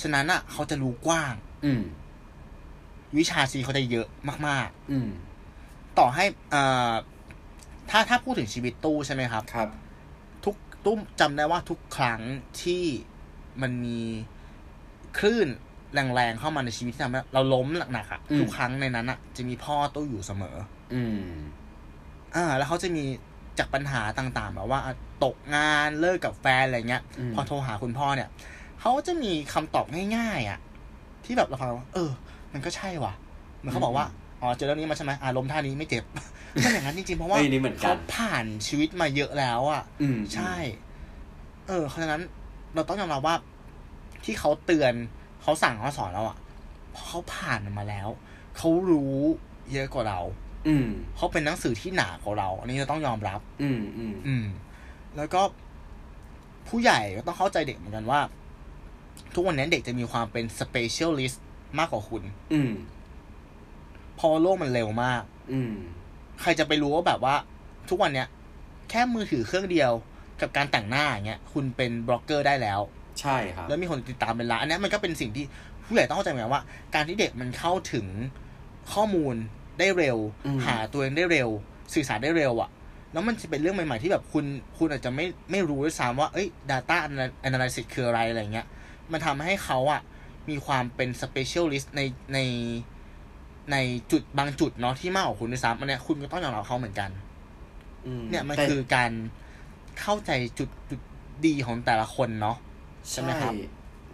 [SPEAKER 1] ฉะนั้นอ่ะ เขาจะรู้กว้าง
[SPEAKER 2] อืม
[SPEAKER 1] วิชาชีเขาจะเยอะมาก
[SPEAKER 2] อืม
[SPEAKER 1] ๆ ต่อให้เอ่อถ้าถ้าพูดถึงชีวิตตู้ใช่ไหมครับ
[SPEAKER 2] ครับ
[SPEAKER 1] ทุกตุ้มจำได้ว่าทุกครั้งที่มันมีคลื่นแรงๆเข้ามาในชีวิตที่ทำให้เราล้มหนักๆอะ
[SPEAKER 2] อืม
[SPEAKER 1] ทุกครั้งในนั้นอะจะมีพ่อตู้อยู่เสมอ
[SPEAKER 2] อืม
[SPEAKER 1] อ่า แล้วเขาจะมีจากปัญหาต่างๆ แบบว่าตกงานเลิกกับแฟนอะไรเงี้ย
[SPEAKER 2] อืม
[SPEAKER 1] พอโทรหาคุณพ่อเนี่ยเขาจะมีคำตอบง่ายๆอะที่แบบเราฟังแล้วเออ มันก็ใช่ว่ะเหมือนเขาบอกว่าอ๋อเจอเรื่องนี้มาใช่ไหมอ่าล้มท่านี้ไม่เจ็บ มันอย่างนั้นจริงๆเพราะว่า
[SPEAKER 2] เอ้ยนี่เหมือนกั
[SPEAKER 1] เขา
[SPEAKER 2] น
[SPEAKER 1] ผ่านชีวิตมาเยอะแล้วอะ
[SPEAKER 2] อืม
[SPEAKER 1] ใช่ เออเพราะฉะนั้นเราต้องยอมรับว่าที่เขาเตือนเขาสั่งเขาสอนเราอะ่ะเพราะเขาผ่านมันมาแล้ว เขารู้เยอะกว่าเรา
[SPEAKER 2] อืม
[SPEAKER 1] เขาเป็นหนังสือที่หนากว่าเรา อันนี้เราต้องยอมรับ
[SPEAKER 2] อืม อืม
[SPEAKER 1] อืม แล้วก็ ผู้ใหญ่ก็ต้องเข้าใจเด็กเหมือนกันว่า ทุกวันนี้เด็กจะมีความเป็น specialist มากกว่าคุณ
[SPEAKER 2] อืม
[SPEAKER 1] เพอโลกมันเร็วมาก
[SPEAKER 2] อืม
[SPEAKER 1] ใครจะไปรู้ว่าแบบว่า ทุกวันเนี้ย แค่มือถือเครื่องเดียวกับการแต่งหน้าอย่างเงี้ยคุณเป็นบล็อกเกอร์ได้แล้ว
[SPEAKER 2] ใช่ครับ
[SPEAKER 1] แล้วมีคนติดตามเป็นล้านอันเนี้ยมันก็เป็นสิ่งที่ผู้ใหญ่ต้องเข้าใจเหมือนกันว่า การที่เด็กมันเข้าถึงข้อมูลได้เร็ว
[SPEAKER 2] อืม
[SPEAKER 1] หาตัวเองได้เร็ว สื่อสารได้เร็วอะแล้วมันจะเป็นเรื่องใหม่ๆที่แบบคุณคุณอาจจะไม่ไม่รู้ด้วยซ้ำว่าเอ้ย Data Analysis คืออะไรอะไรเงี้ย มันทำให้เขาอะมีความเป็น Specialist ในในในจุดบางจุดเนาะที่มากกว่าคุณด้วยซ้ำอันเนี้ยคุณก็ต้องยอมรับเขาเหมือนกัน
[SPEAKER 2] อื
[SPEAKER 1] เนี่ยมัน
[SPEAKER 2] แต่
[SPEAKER 1] คือการเข้าใจจุดจุดดีของแต่ละคนเนาะ ใช่ไหมครับ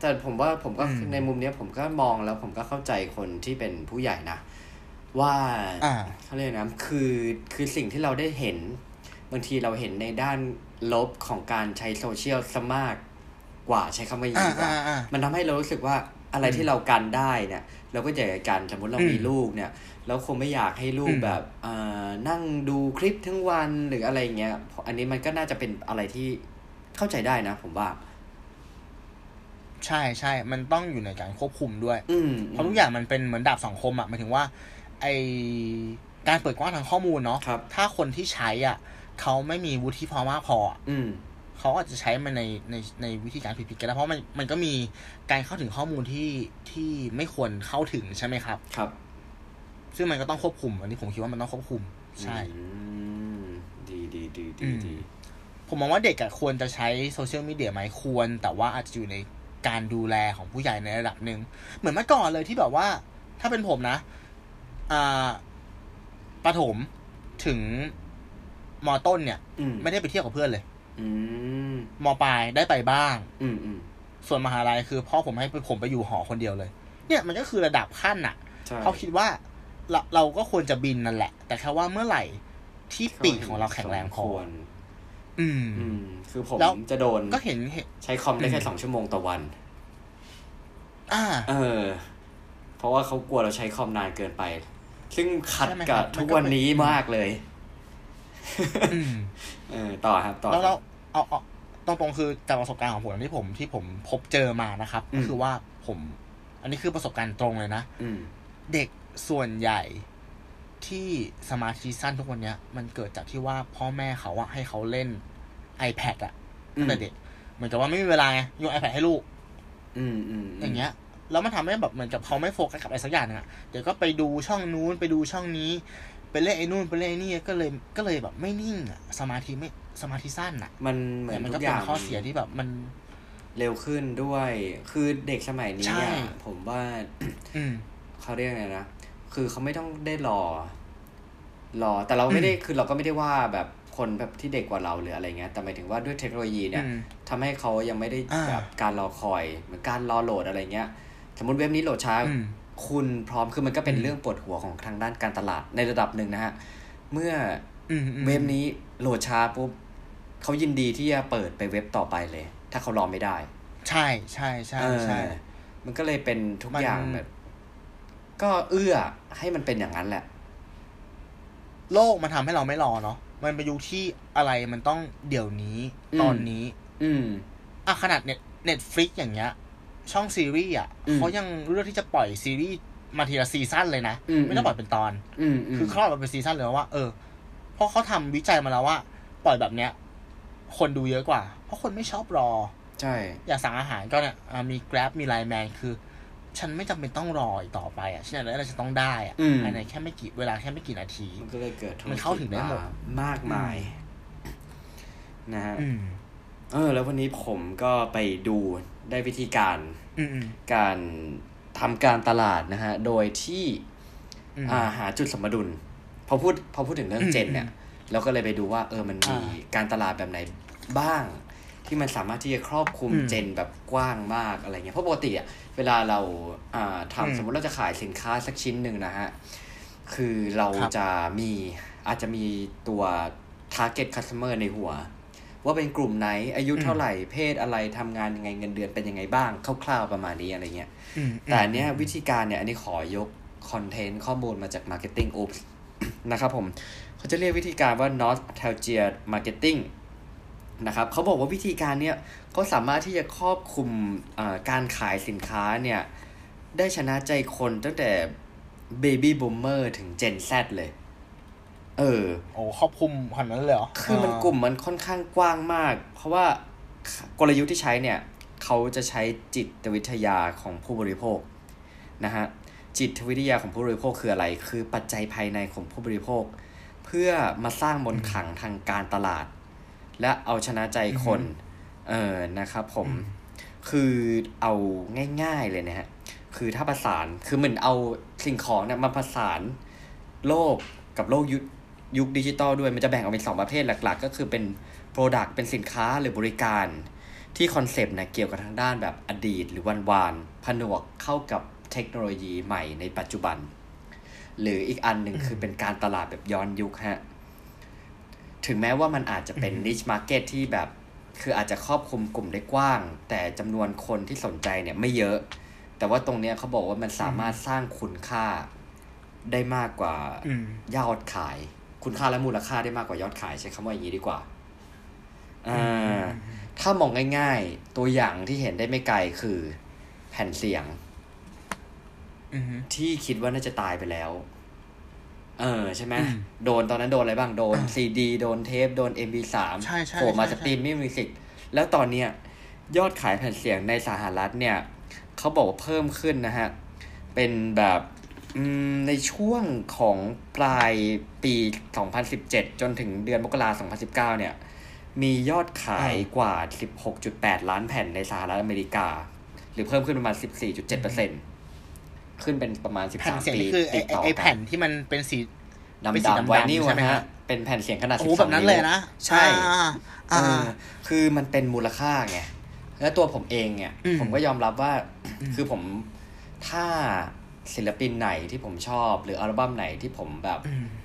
[SPEAKER 2] แต่ผมว่าผมก็
[SPEAKER 1] อืม
[SPEAKER 2] ในมุมเนี้ยผมก็มองแล้วผมก็เข้าใจคนที่เป็นผู้ใหญ่นะ ว่า
[SPEAKER 1] อ่า
[SPEAKER 2] เขาเรียกนะคือคือสิ่งที่เราได้เห็น บางทีเราเห็นในด้านลบของการใช้โซเชียลซะมากกว่าใช้คำว่าอย่าง
[SPEAKER 1] อ่า
[SPEAKER 2] นี้ดีกว่า
[SPEAKER 1] อ่าอ่า
[SPEAKER 2] มันทำให้เรารู้สึกว่าอะไรที่เรากันได้เนี่ย เราก็อยากจะกันสมมติเรามีลูกเนี่ยเราคงไม่อยากให้ลูก
[SPEAKER 1] อืม
[SPEAKER 2] แบบเอ่อนั่งดูคลิปทั้งวันหรืออะไรเงี้ยเพราะอันนี้มันก็น่าจะเป็นอะไรที่เข้าใจได้นะ ผมว่า
[SPEAKER 1] ใช่ใช่ มันต้องอยู่ในการควบคุมด้วย
[SPEAKER 2] อืม
[SPEAKER 1] เพราะทุกอย่างมันเป็นเหมือนดาบสองคมอะหมายถึงว่า ไอการเปิดกว้างทางข้อมูลเนาะ
[SPEAKER 2] ครับ
[SPEAKER 1] ถ้าคนที่ใช้อ่ะ เขาไม่มีวุฒิภาวะพออะ
[SPEAKER 2] อืม
[SPEAKER 1] เขาอาจจะใช้มันในในในวิธีการผิดๆกันได้เพราะมันมันก็มีการเข้าถึงข้อมูลที่ที่ไม่ควรเข้าถึงใช่ไหมครับ
[SPEAKER 2] ครับ
[SPEAKER 1] ซึ่งมันก็ต้องควบคุม อันนี้ผมคิดว่ามันต้องควบคุม ใช่
[SPEAKER 2] อืมดีดีดี
[SPEAKER 1] อื
[SPEAKER 2] ดี
[SPEAKER 1] ม
[SPEAKER 2] ดี
[SPEAKER 1] ผมมองว่าเด็กอะควรจะใช้โซเชียลมีเดียไหมควร แต่ว่าอาจจะอยู่ในการดูแลของผู้ใหญ่ในระดับหนึ่งเหมือนเมื่อก่อนเลยที่แบบว่า ถ้าเป็นผมนะ อ่าประถมถึงมอต้นเนี่ย
[SPEAKER 2] อืม
[SPEAKER 1] ไม่ได้ไปเที่ยวกับเพื่อนเลย
[SPEAKER 2] อืม
[SPEAKER 1] มอปลายได้ไปบ้าง
[SPEAKER 2] อืมอืม
[SPEAKER 1] ส่วนมหาลัยคือพ่อผมให้ผมไปอยู่หอคนเดียวเลย เนี่ยมันก็คือระดับขั้นอะ
[SPEAKER 2] ใช่
[SPEAKER 1] เขาคิดว่าเราเราก็ควรจะบินนั่นแหละ แต่แค่ว่าเมื่อไหร่ที่ปีกของเราแข็งแรงพอ
[SPEAKER 2] สมควร
[SPEAKER 1] อืม
[SPEAKER 2] อืม คือผม
[SPEAKER 1] แล้ว
[SPEAKER 2] จะโดน
[SPEAKER 1] ก็เห็นเห็น
[SPEAKER 2] ใช้คอมได้แค่
[SPEAKER 1] อืม
[SPEAKER 2] สองชั่วโมงต่อวัน
[SPEAKER 1] อ่า
[SPEAKER 2] เออ เพราะว่าเขากลัวเราใช้คอมนานเกินไป ซึ่งขัด
[SPEAKER 1] ใช่ไหมครั
[SPEAKER 2] กั
[SPEAKER 1] บบมั
[SPEAKER 2] ทุ
[SPEAKER 1] นก็
[SPEAKER 2] ก
[SPEAKER 1] เป็น
[SPEAKER 2] วันนี้มากเลย
[SPEAKER 1] อืม
[SPEAKER 2] เออ ต่อครับ ต่อ
[SPEAKER 1] แล้ว
[SPEAKER 2] ค
[SPEAKER 1] เรา
[SPEAKER 2] รับ
[SPEAKER 1] เอาเอาตรงตรงๆคือจากประสบการณ์ของผมที่ผมที่ผมพบเจอมานะครับ
[SPEAKER 2] อืม
[SPEAKER 1] ก็คือว่าผม อันนี้คือประสบการณ์ตรงเลยนะ
[SPEAKER 2] อืม
[SPEAKER 1] เด็กส่วนใหญ่ที่สมาธิสั้นทุกวันเนี้ย มันเกิดจากที่ว่าพ่อแม่เขาอะให้เขาเล่น iPad อะตั้งแต่เด็กเหมือนกับว่าไม่มีเวลาไงโยน iPad ให้ลูก
[SPEAKER 2] อืมอืมม
[SPEAKER 1] อย่างเงี้ยแล้วมันทำให้แบบเหมือนกับเขาไม่โฟกัสกับอะไรสักอย่างหนึงอะเดี๋ยวก็ไปดูช่องนู้นไปดูช่องนี้ ไปเล่นไอ้นู่นไปเล่นไอ้นี่ก็เลยก็เลยแบบไม่นิ่งอะสมาธิไม่สมาธิสั้นอะ
[SPEAKER 2] มันเหมือน
[SPEAKER 1] แต่มัน
[SPEAKER 2] ทุ
[SPEAKER 1] ก็
[SPEAKER 2] กอ
[SPEAKER 1] เป็
[SPEAKER 2] ย่าน ง
[SPEAKER 1] ข้อเสียที่แบบมัน
[SPEAKER 2] เร็วขึ้นด้วย คือเด็กสมัยนี้
[SPEAKER 1] ใช่
[SPEAKER 2] อะผมว่า
[SPEAKER 1] อืม
[SPEAKER 2] เขาเรียกไงนะ คือเขาไม่ต้องได้รอ รอ แต่เราไม่ได้ คือเราก็ไม่ได้ว่าแบบคนแบบที่เด็กกว่าเราหรืออะไรเงี้ย แต่หมายถึงว่าด้วยเทคโนโลยีเนี่ย
[SPEAKER 1] อืม
[SPEAKER 2] ทำให้เขายังไม่ได้
[SPEAKER 1] อ่า
[SPEAKER 2] แบบการรอคอยเหมือนการรอโหลดอะไรเงี้ย สมมติเว็บนี้โหลดช้า
[SPEAKER 1] อืม
[SPEAKER 2] คุณพร้อม คือมันก็เป็น
[SPEAKER 1] อืม
[SPEAKER 2] เรื่องปวดหัวของทางด้านการตลาดในระดับหนึ่งนะฮะ เมื่อ
[SPEAKER 1] อืม
[SPEAKER 2] เว็บนี้โหลดช้าปุ๊บเขายินดีที่จะเปิดไปเว็บต่อไปเลย ถ้าเขารอไม่ได้
[SPEAKER 1] ใช่ใช่ใช่
[SPEAKER 2] เออ
[SPEAKER 1] ใช่
[SPEAKER 2] มันก็เลยเป็นทุก
[SPEAKER 1] มัน
[SPEAKER 2] อย่างแบบ ก็เอื้อให้มันเป็นอย่างนั้นแหละ
[SPEAKER 1] โลกมันทำให้เราไม่รอเนาะมันเป็นยุคที่อะไรมันต้องเดี๋ยวนี้
[SPEAKER 2] อืม
[SPEAKER 1] ตอนนี้
[SPEAKER 2] อืม
[SPEAKER 1] อ่ะขนาดเน็ตเน็ตฟลิกอย่างเงี้ย ช่องซีรีส์อ่ะ
[SPEAKER 2] อืม
[SPEAKER 1] เขายังเลือกที่จะปล่อยซีรีส์มาทีละซีซั่นเลยนะ
[SPEAKER 2] อืม
[SPEAKER 1] ไม่ต้องปล่อยเป็นตอน
[SPEAKER 2] อืมม
[SPEAKER 1] คือคลอดมาเป็นซีซั่นเลยว่าเออเพราะเขาทำวิจัยมาแล้วว่า ปล่อยแบบเนี้ย คนดูเยอะกว่า เพราะคนไม่ชอบรอ
[SPEAKER 2] ใช่
[SPEAKER 1] อยากสั่งอาหารก็เนี่ยอ่ามี Grab มี Line Man คือ ฉันไม่จำเป็นต้องรออีกต่อไปอ่ะฉันอยากได้อะไรฉันต้องได้อ่ะ
[SPEAKER 2] อืม
[SPEAKER 1] ภายในแค่ไม่กี่เวลาแค่ไม่กี่นาที
[SPEAKER 2] มันก็เลยเกิดธุรกิจ
[SPEAKER 1] มันเข้าถึงได้หมด
[SPEAKER 2] มากมาย นะฮะ
[SPEAKER 1] อืม
[SPEAKER 2] เออ แล้ววันนี้ผมก็ไปดูได้วิธีการ
[SPEAKER 1] อืมอืม
[SPEAKER 2] การทำการตลาดนะฮะ โดยที่
[SPEAKER 1] อืม
[SPEAKER 2] อ่าหาจุดสมดุลพอพูดพอพูดถึงเรื่องเจนเนี่ย เราก็เลยไปดูว่า เออมันมี
[SPEAKER 1] อ่า
[SPEAKER 2] การตลาดแบบไหนบ้าง ที่มันสามารถที่จะครอบคลุม
[SPEAKER 1] อืม
[SPEAKER 2] เจนแบบกว้างมากอะไรเงี้ยเพราะปกติอ่ะเวลาเราอ่า
[SPEAKER 1] อืม
[SPEAKER 2] ทำสมมติเราจะขายสินค้าสักชิ้นหนึ่งนะฮะ คือเรา
[SPEAKER 1] ครับ
[SPEAKER 2] จะมีอาจจะมีตัว target customer ในหัว ว่าเป็นกลุ่มไหนอายุ
[SPEAKER 1] อืม
[SPEAKER 2] เท่าไหร่เพศอะไรทำงานยังไงเงินเดือนเป็นยังไงบ้างคร่าวๆประมาณนี้อะไรเงี้ย
[SPEAKER 1] อืม
[SPEAKER 2] แต่อันเนี้ยวิธีการเนี่ย อันนี้ขอยกคอนเทนต์ข้อมูลมาจาก Marketing Oops นะครับผม เขาจะเรียกวิธีการว่า Nostalgia Marketing นะครับเขาบอกว่าวิธีการเนี่ยก็สามารถที่จะครอบคลุมอ่าการขายสินค้าเนี่ยได้ชนะใจคนตั้งแต่ Baby Boomer ถึง Gen Z เลย เออ
[SPEAKER 3] โอ้ครอบคลุมขนาดนั้นเลยเหรอ
[SPEAKER 2] คือมันกลุ่มมันค่อนข้างกว้างมาก เพราะว่ากลยุทธ์ที่ใช้เนี่ยเขาจะใช้จิตวิทยาของผู้บริโภคนะฮะจิตวิทยาของผู้บริโภคคืออะไร คือปัจจัยภายในของผู้บริโภค เพื่อมาสร้างมนต์ขลังทางการตลาด และเอาชนะใจคนเออนะครับผมคือเอาง่ายๆเลยนะฮะคือถ้าประสานคือเหมือนเอาสิ่งของเนี่ยมาผสาน โลกกับโลกยุคยุคดิจิตอลด้วยมันจะแบ่งออกเป็นสองประเภทหลัก ๆ ก็คือเป็น Product เป็นสินค้าหรือบริการ ที่คอนเซปต์นะเกี่ยวกับทางด้านแบบอดีต หรือวันวานๆผนวกเข้ากับเทคโนโลยีใหม่ในปัจจุบัน หรืออีกอันหนึ่งคือเป็นการตลาดแบบย้อนยุคฮะ ถึงแม้ว่ามันอาจจะเป็น niche market ที่แบบ คืออาจจะครอบคลุมกลุ่มได้กว้าง แต่จำนวนคนที่สนใจเนี่ยไม่เยอะ แต่ว่าตรงเนี้ยเขาบอกว่ามันสามารถสร้างคุณค่าได้มากกว่า
[SPEAKER 3] อืม
[SPEAKER 2] ยอดขาย คุณค่าและมูลค่าได้มากกว่ายอดขายใช้คำว่าอย่างนี้ดีกว่าอ่า ถ้ามองง่ายๆ ตัวอย่างที่เห็นได้ไม่ไกลคือ แผ่นเสียง
[SPEAKER 3] อืม
[SPEAKER 2] ที่คิดว่าน่าจะตายไปแล้ว เออใช่ไหม
[SPEAKER 1] อืม
[SPEAKER 2] โดนตอนนั้นโดนอะไรบ้าง โดนซีดี โดนเทป โดน MP3
[SPEAKER 1] ใช่ใช่
[SPEAKER 2] โผล่มา
[SPEAKER 1] ใช่
[SPEAKER 2] ส
[SPEAKER 1] ใช่
[SPEAKER 2] ตรีมมิ่งมิวสิกแล้วตอนเนี้ยยอดขายแผ่นเสียงในสหรัฐเนี่ย เขาบอกว่าเพิ่มขึ้นนะฮะ เป็นแบบอืมในช่วงของปลายปี 2017 จนถึงเดือนมกราคม2019 เนี่ย มียอดขายกว่า 16.8 ล้านแผ่นในสหรัฐอเมริกา หรือเพิ่มขึ้นประมาณ 14.7%ขึ้นเป็นประมาณ
[SPEAKER 3] แผ่นเสียง
[SPEAKER 2] 13 ปี
[SPEAKER 3] นี่คือไอ
[SPEAKER 2] ติด
[SPEAKER 3] ไอ้
[SPEAKER 2] ต่อ
[SPEAKER 3] ไอ
[SPEAKER 2] กั
[SPEAKER 3] แผ่น
[SPEAKER 2] น
[SPEAKER 3] ที่มันเป็นสี
[SPEAKER 2] ด
[SPEAKER 3] เป็นสี
[SPEAKER 2] ำ
[SPEAKER 3] ดำๆ
[SPEAKER 2] ๆไวนิล
[SPEAKER 3] ใช่ไหม
[SPEAKER 2] นะฮะ
[SPEAKER 3] ฮะ
[SPEAKER 2] เป็นแผ่นเสียงขนาด
[SPEAKER 1] โอ้โห
[SPEAKER 2] 12
[SPEAKER 1] แบบนั้นเลยนะ
[SPEAKER 2] ใช่
[SPEAKER 1] อ่า
[SPEAKER 2] เอ
[SPEAKER 1] อ่า
[SPEAKER 2] อคือมันเป็นมูลค่าไง แล้วตัวผมเองเนี่ย
[SPEAKER 1] อืม
[SPEAKER 2] ผมก็ยอมรับว่า คือผม ถ้าศิลปินไหนที่ผมชอบ หรืออัลบั้มไหนที่ผมแบบ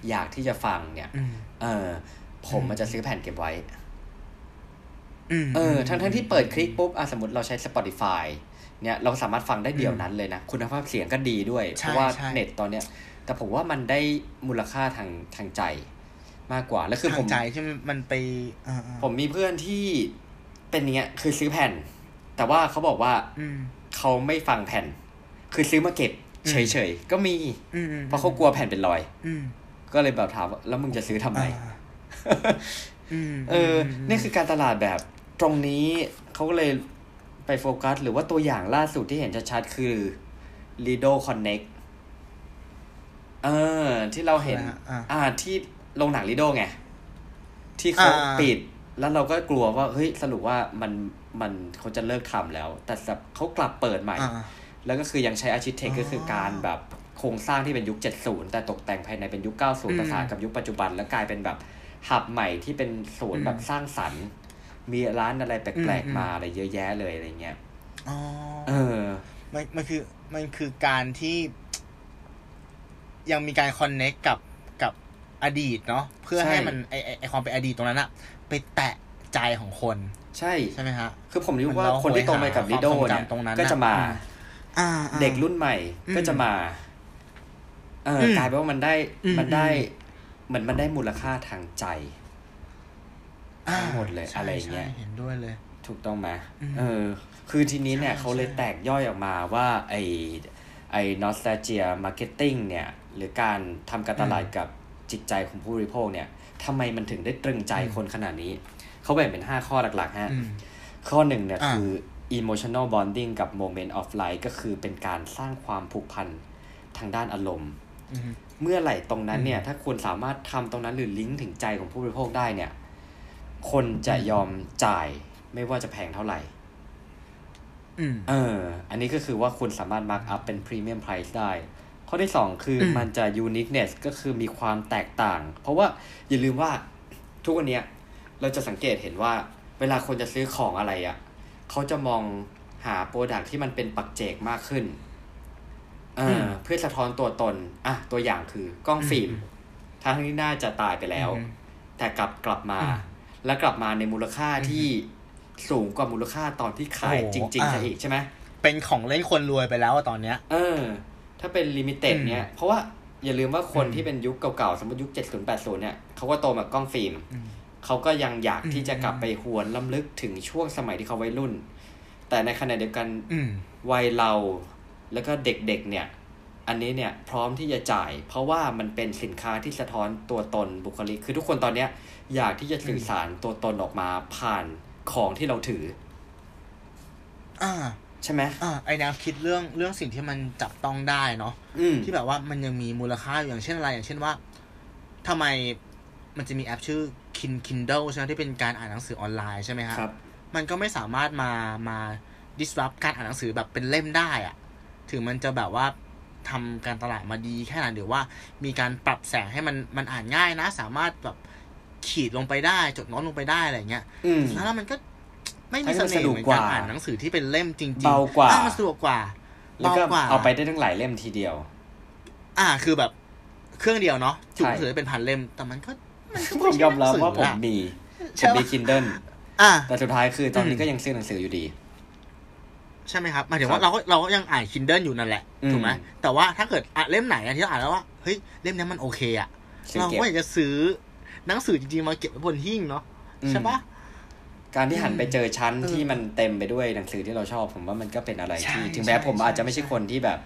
[SPEAKER 2] อยากที่จะฟังเนี่ย
[SPEAKER 1] อืม
[SPEAKER 2] เออ ผมมันจะซื้อแผ่นเก็บไว้
[SPEAKER 1] อืม
[SPEAKER 2] เออ ทั้งทั้งๆที่เปิดคลิกปุ๊บ อ่ะ สมมติเราใช้ Spotify เนี่ย เราสามารถฟังได้เดียวนั้นเลยนะ คุณภาพเสียงก็ดีด้วย
[SPEAKER 1] ใช่
[SPEAKER 2] เพราะว่า
[SPEAKER 1] ใช่
[SPEAKER 2] เน็ตตอนเนี้ย แต่ผมว่ามันได้มูลค่าทางทางใจ มากกว่า แล้วคือ
[SPEAKER 1] ทาง
[SPEAKER 2] ผม
[SPEAKER 1] ใจ
[SPEAKER 3] ใช่ไหมมันไป
[SPEAKER 1] อ่า
[SPEAKER 2] ผมมีเพื่อนที่เป็นอย่างเงี้ย คือซื้อแผ่น แต่ว่าเขาบอกว่า
[SPEAKER 1] อืม
[SPEAKER 2] เขาไม่ฟังแผ่น คือซื้อมาเก็บ เฉยๆ ก็มี
[SPEAKER 1] อืมอืม
[SPEAKER 2] เพราะเขากลัวแผ่นเป็นรอย
[SPEAKER 1] อืม
[SPEAKER 2] ก็เลยแบบถามว่าแล้วมึงจะซื้อทำไม
[SPEAKER 1] อ่าอืม
[SPEAKER 2] เอออนี่คือการตลาดแบบตรงนี้เขาก็เลยไปโฟกัส หรือว่าตัวอย่างล่าสุดที่เห็นชัดๆ คือ Lido Connect เออ ที่เราเห็น
[SPEAKER 1] ะอ่า
[SPEAKER 2] อ่าที่โรงหนังลิโดไง ที่เขา
[SPEAKER 1] อ่า
[SPEAKER 2] ปิด แล้วเราก็กลัวว่า เฮ้ย สรุปว่ามันมันเขาจะเลิกทำแล้ว แต่สับเขากลับเปิดใหม่
[SPEAKER 1] อ่า
[SPEAKER 2] แล้วก็คือยังใช้อาร์ชิเทค
[SPEAKER 1] อ๋อ
[SPEAKER 2] ก็คือการแบบโครงสร้างที่เป็นยุค 70 แต่ตกแต่งภายในเป็นยุค
[SPEAKER 1] อืม
[SPEAKER 2] 90 ประสานกับยุคปัจจุบัน แล้วกลายเป็นแบบหับใหม่ที่เป็นศูน
[SPEAKER 1] อื
[SPEAKER 2] ย์
[SPEAKER 1] ม
[SPEAKER 2] แบบสร้างสรรค์ มีร้านอะไรแปลก
[SPEAKER 1] อืม
[SPEAKER 2] ๆมาอะไรเยอะแยะเลยอะไรเงี้ย
[SPEAKER 1] อ๋อ
[SPEAKER 2] เออ
[SPEAKER 3] มันมันคือมันคือการที่ ยังมีการคอนเน็กกับกับอดีตเนาะเพื่อ
[SPEAKER 2] ใช่
[SPEAKER 3] ให้มันไอไอ้ไอความเป็นอดีตตรงนั้นอะไปแตะใจของคน
[SPEAKER 2] ใช่
[SPEAKER 3] ใช่ไหมฮะ
[SPEAKER 2] คือผมรู้
[SPEAKER 3] มัน
[SPEAKER 2] ว่า
[SPEAKER 3] เรา
[SPEAKER 2] คนที่โตมากับ
[SPEAKER 3] หา
[SPEAKER 2] ลิโด
[SPEAKER 3] ความทรงจำ
[SPEAKER 2] เนี่ย
[SPEAKER 3] ตรงนั้น
[SPEAKER 2] ก็จะมา
[SPEAKER 3] น่ะ
[SPEAKER 1] อ่าอ่า
[SPEAKER 2] เด็กรุ่นใหม่
[SPEAKER 1] อืม
[SPEAKER 2] ก็จะมา เออ
[SPEAKER 1] อืม
[SPEAKER 2] กลายเป็นว่ามันได้
[SPEAKER 1] อืม
[SPEAKER 2] มันได้เหมือนมันได้มูลค่าทางใจ
[SPEAKER 1] อ่า
[SPEAKER 2] ทั้งหมดเลย
[SPEAKER 3] ใช่
[SPEAKER 2] อะไรเงี้ย
[SPEAKER 3] ใช่เห็นด้วยเลย
[SPEAKER 2] ถูกต้องไหม
[SPEAKER 1] อืม
[SPEAKER 2] เออ คือทีนี้เนี่ย
[SPEAKER 1] ใช่
[SPEAKER 2] เขาเลย
[SPEAKER 1] ใช่
[SPEAKER 2] แตกย่อยออกมาว่า ไอไอนอสตาเจียมาร์เก็ตติ้งเนี่ย หรือการทำการตลาดกับจิตใจของผู้บริโภคเนี่ยทำไมมันถึงได้ตรึงใจคนขนาดนี้ เขาแบ่งเป็นห้าข้อหลักๆฮะ
[SPEAKER 3] อืม
[SPEAKER 2] ข้อหนึ่งเนี่ย
[SPEAKER 3] อ่า
[SPEAKER 2] คือ emotional bonding กับ moment of life ก็คือเป็นการสร้างความผูกพันทางด้านอารมณ์
[SPEAKER 3] อืม
[SPEAKER 2] เมื่อไหร่ตรงนั้นเนี่ย ถ้าคุณสามารถทำตรงนั้นหรือลิงก์ถึงใจของผู้บริโภคได้เนี่ย คนจะยอมจ่ายไม่ว่าจะแพงเท่าไหร่
[SPEAKER 1] อืม
[SPEAKER 2] เออ อันนี้ก็คือว่าคุณสามารถมาร์กอัพเป็นพรีเมียมไพรซ์ได้ ข้อที่สองคืออ
[SPEAKER 1] ม
[SPEAKER 2] มันจะ uniqueness ก็คือมีความแตกต่าง เพราะว่าอย่าลืมว่าทุกวันเนี้ยเราจะสังเกตเห็นว่า เวลาคนจะซื้อของอะไรอะ่ะ เขาจะมองหาโปรดักที่มันเป็นปักเจกมากขึ้น เอออเพื่อสะท้อนตัวตน อ่ะ ตัวอย่างคือกล้องฟิล์มทั้งที่น่าจะตายไปแล้ว
[SPEAKER 3] อืม
[SPEAKER 2] แต่กลับกลับมา และกลับมาในมูลค่าที่สูงกว่ามูลค่าตอนที่ขายจริงๆซะอีกใช่ไหม
[SPEAKER 3] เป็นของเล่นคนรวยไปแล้วอะตอนเนี้ย
[SPEAKER 2] เออ ถ้าเป็นลิมิเต็ด
[SPEAKER 3] อืม
[SPEAKER 2] เนี่ย เพราะว่าอย่าลืมว่าคนที่เป็นยุคเก่าๆ สมมติยุค 70 80 เนี่ย เขาก็โตมากับกล้องฟิล์ม เขาก็ยังอยากที่จะกลับไปหวนล้ำลึกถึงช่วงสมัยที่เขาวัยรุ่น แต่ในขณะเดียวกัน
[SPEAKER 1] อืม
[SPEAKER 2] วัยเราแล้วก็เด็กๆเนี่ย อันนี้เนี่ยพร้อมที่จะจ่าย เพราะว่ามันเป็นสินค้าที่สะท้อนตัวตนบุคลิก คือทุกคนตอนเนี้ย อยากที่จะสื่อสารตัวตนออกมาผ่านของที่เราถือ
[SPEAKER 1] อ่า
[SPEAKER 2] ใช่ไหม
[SPEAKER 1] อ่า ไอแนวคิดเรื่องเรื่องสิ่งที่มันจับต้องได้เนาะ
[SPEAKER 2] อืม
[SPEAKER 1] ที่แบบว่ามันยังมีมูลค่าอยู่อย่างเช่นอะไร อย่างเช่นว่าทำไมมันจะมีแอปชื่อ Kin Kindle ใช่ไหมที่เป็นการอ่านหนังสือออนไลน์ใช่ไหมฮะ
[SPEAKER 2] ครับ
[SPEAKER 1] มันก็ไม่สามารถมามา disrupt การอ่านหนังสือแบบเป็นเล่มได้อะถึงมันจะแบบว่าทำการตลาดมาดีแค่ไหนหรือว่ามีการปรับแสงให้มันมันอ่านง่ายนะ สามารถแบบขีดลงไปได้จดโน้ตลงไปได้อะไรเงี้ย
[SPEAKER 2] อืม
[SPEAKER 1] แล้วมันก็ไม่
[SPEAKER 2] ให้
[SPEAKER 1] มี
[SPEAKER 2] มัน
[SPEAKER 1] เสน่ห์เหมือนการ
[SPEAKER 2] สะดวกกว่า
[SPEAKER 1] อ่านหนังสือที่เป็นเล่มจริงๆ
[SPEAKER 2] เบากว่า
[SPEAKER 1] อ่ะมันสะดวกกว่า
[SPEAKER 2] แล้วก็
[SPEAKER 1] เบกว่า
[SPEAKER 2] เอาไปได้ทั้งหลายเล่มทีเดียว
[SPEAKER 1] อ่าคือแบบเครื่องเดียวเนาะจุกห
[SPEAKER 2] ใช่
[SPEAKER 1] นังสือได้เป็นพันเล่ม แต่มันก็มันก็
[SPEAKER 2] ผ
[SPEAKER 1] ไ
[SPEAKER 2] มยอมรับว่าผม
[SPEAKER 1] ใช่หนังสืออะ
[SPEAKER 2] มีผ
[SPEAKER 1] ใช่
[SPEAKER 2] ม
[SPEAKER 1] ปะ
[SPEAKER 2] มี Kindle
[SPEAKER 1] อ่า
[SPEAKER 2] แต่สุดท้ายคือตอนนี้
[SPEAKER 1] อืม
[SPEAKER 2] ก็ยังซื้อหนังสืออยู่ดี
[SPEAKER 1] ใช่ไหมครับหมายถึง
[SPEAKER 2] ครั
[SPEAKER 1] ว่า
[SPEAKER 2] บ
[SPEAKER 1] เราก็เราก็ยังอ่าน Kindle อยู่นั่นแหละ
[SPEAKER 2] อืม
[SPEAKER 1] ถูกไหมแต่ว่าถ้าเกิดอ่ะเล่มไหนอะที่เราอ่านแล้วว่าเฮ้ยเล่มนี้มันโอเคอะ
[SPEAKER 2] ซื้อ
[SPEAKER 1] เรา
[SPEAKER 2] เก็บ
[SPEAKER 1] ก็อยากจะซื้อหนังสือจริงๆมาเก็บไว้บนหิ้งเนาะ
[SPEAKER 2] อืม
[SPEAKER 1] ใช่ปะ
[SPEAKER 2] การที่หันไปเจอชั้น
[SPEAKER 1] เออ
[SPEAKER 2] ที่มันเต็มไปด้วยหนังสือที่เราชอบ ผมว่ามันก็เป็นอะไร
[SPEAKER 1] ใช่
[SPEAKER 2] ที่ ถึงแม้
[SPEAKER 1] ใช่
[SPEAKER 2] ผม
[SPEAKER 1] ใช่
[SPEAKER 2] อาจจะไม่ใช่คนที่แบบ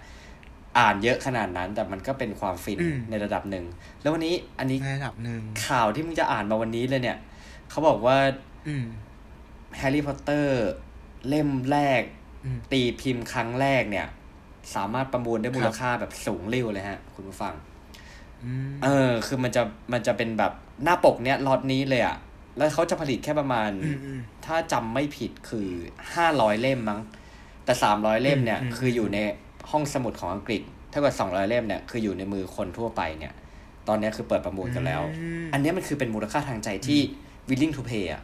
[SPEAKER 2] อ่านเยอะขนาดนั้น แต่มันก็เป็นความฟิน
[SPEAKER 1] อืม
[SPEAKER 2] ในระดับหนึ่ง แล้ววันนี้อันนี้
[SPEAKER 1] ในระดับหนึ่ง
[SPEAKER 2] ข่าวที่มึงจะอ่านมาวันนี้เลยเนี่ย เขาบอกว่า
[SPEAKER 1] อืม
[SPEAKER 2] แฮร์รี่พอตเตอร์เล่มแรก
[SPEAKER 1] อืม
[SPEAKER 2] ตีพิมพ์ครั้งแรกเนี่ย สามารถประมูลได้มูลค่าแบบสูงเร็วเลยฮะ คุณผู้ฟัง
[SPEAKER 1] อืม
[SPEAKER 2] เออ คือมันจะมันจะเป็นแบบหน้าปกเนี่ยล็อตนี้เลยอะแล้วเขาจะผลิตแค่ประมาณ
[SPEAKER 1] อืมอืม
[SPEAKER 2] ถ้าจำไม่ผิดคือห้าร้อยเล่มมั้ง แต่สามร้อยเล่มเนี่ย
[SPEAKER 1] อืม
[SPEAKER 2] คืออยู่ในห้องสมุดของอังกฤษเท่ากับสองร้อยเล่มเนี่ยคืออยู่ในมือคนทั่วไปเนี่ย ตอนเนี้ยคือเปิดประมูลกันแล้ว อันเนี้ยมันคือเป็นมูลค่าทางใจที่ willing to pay อะ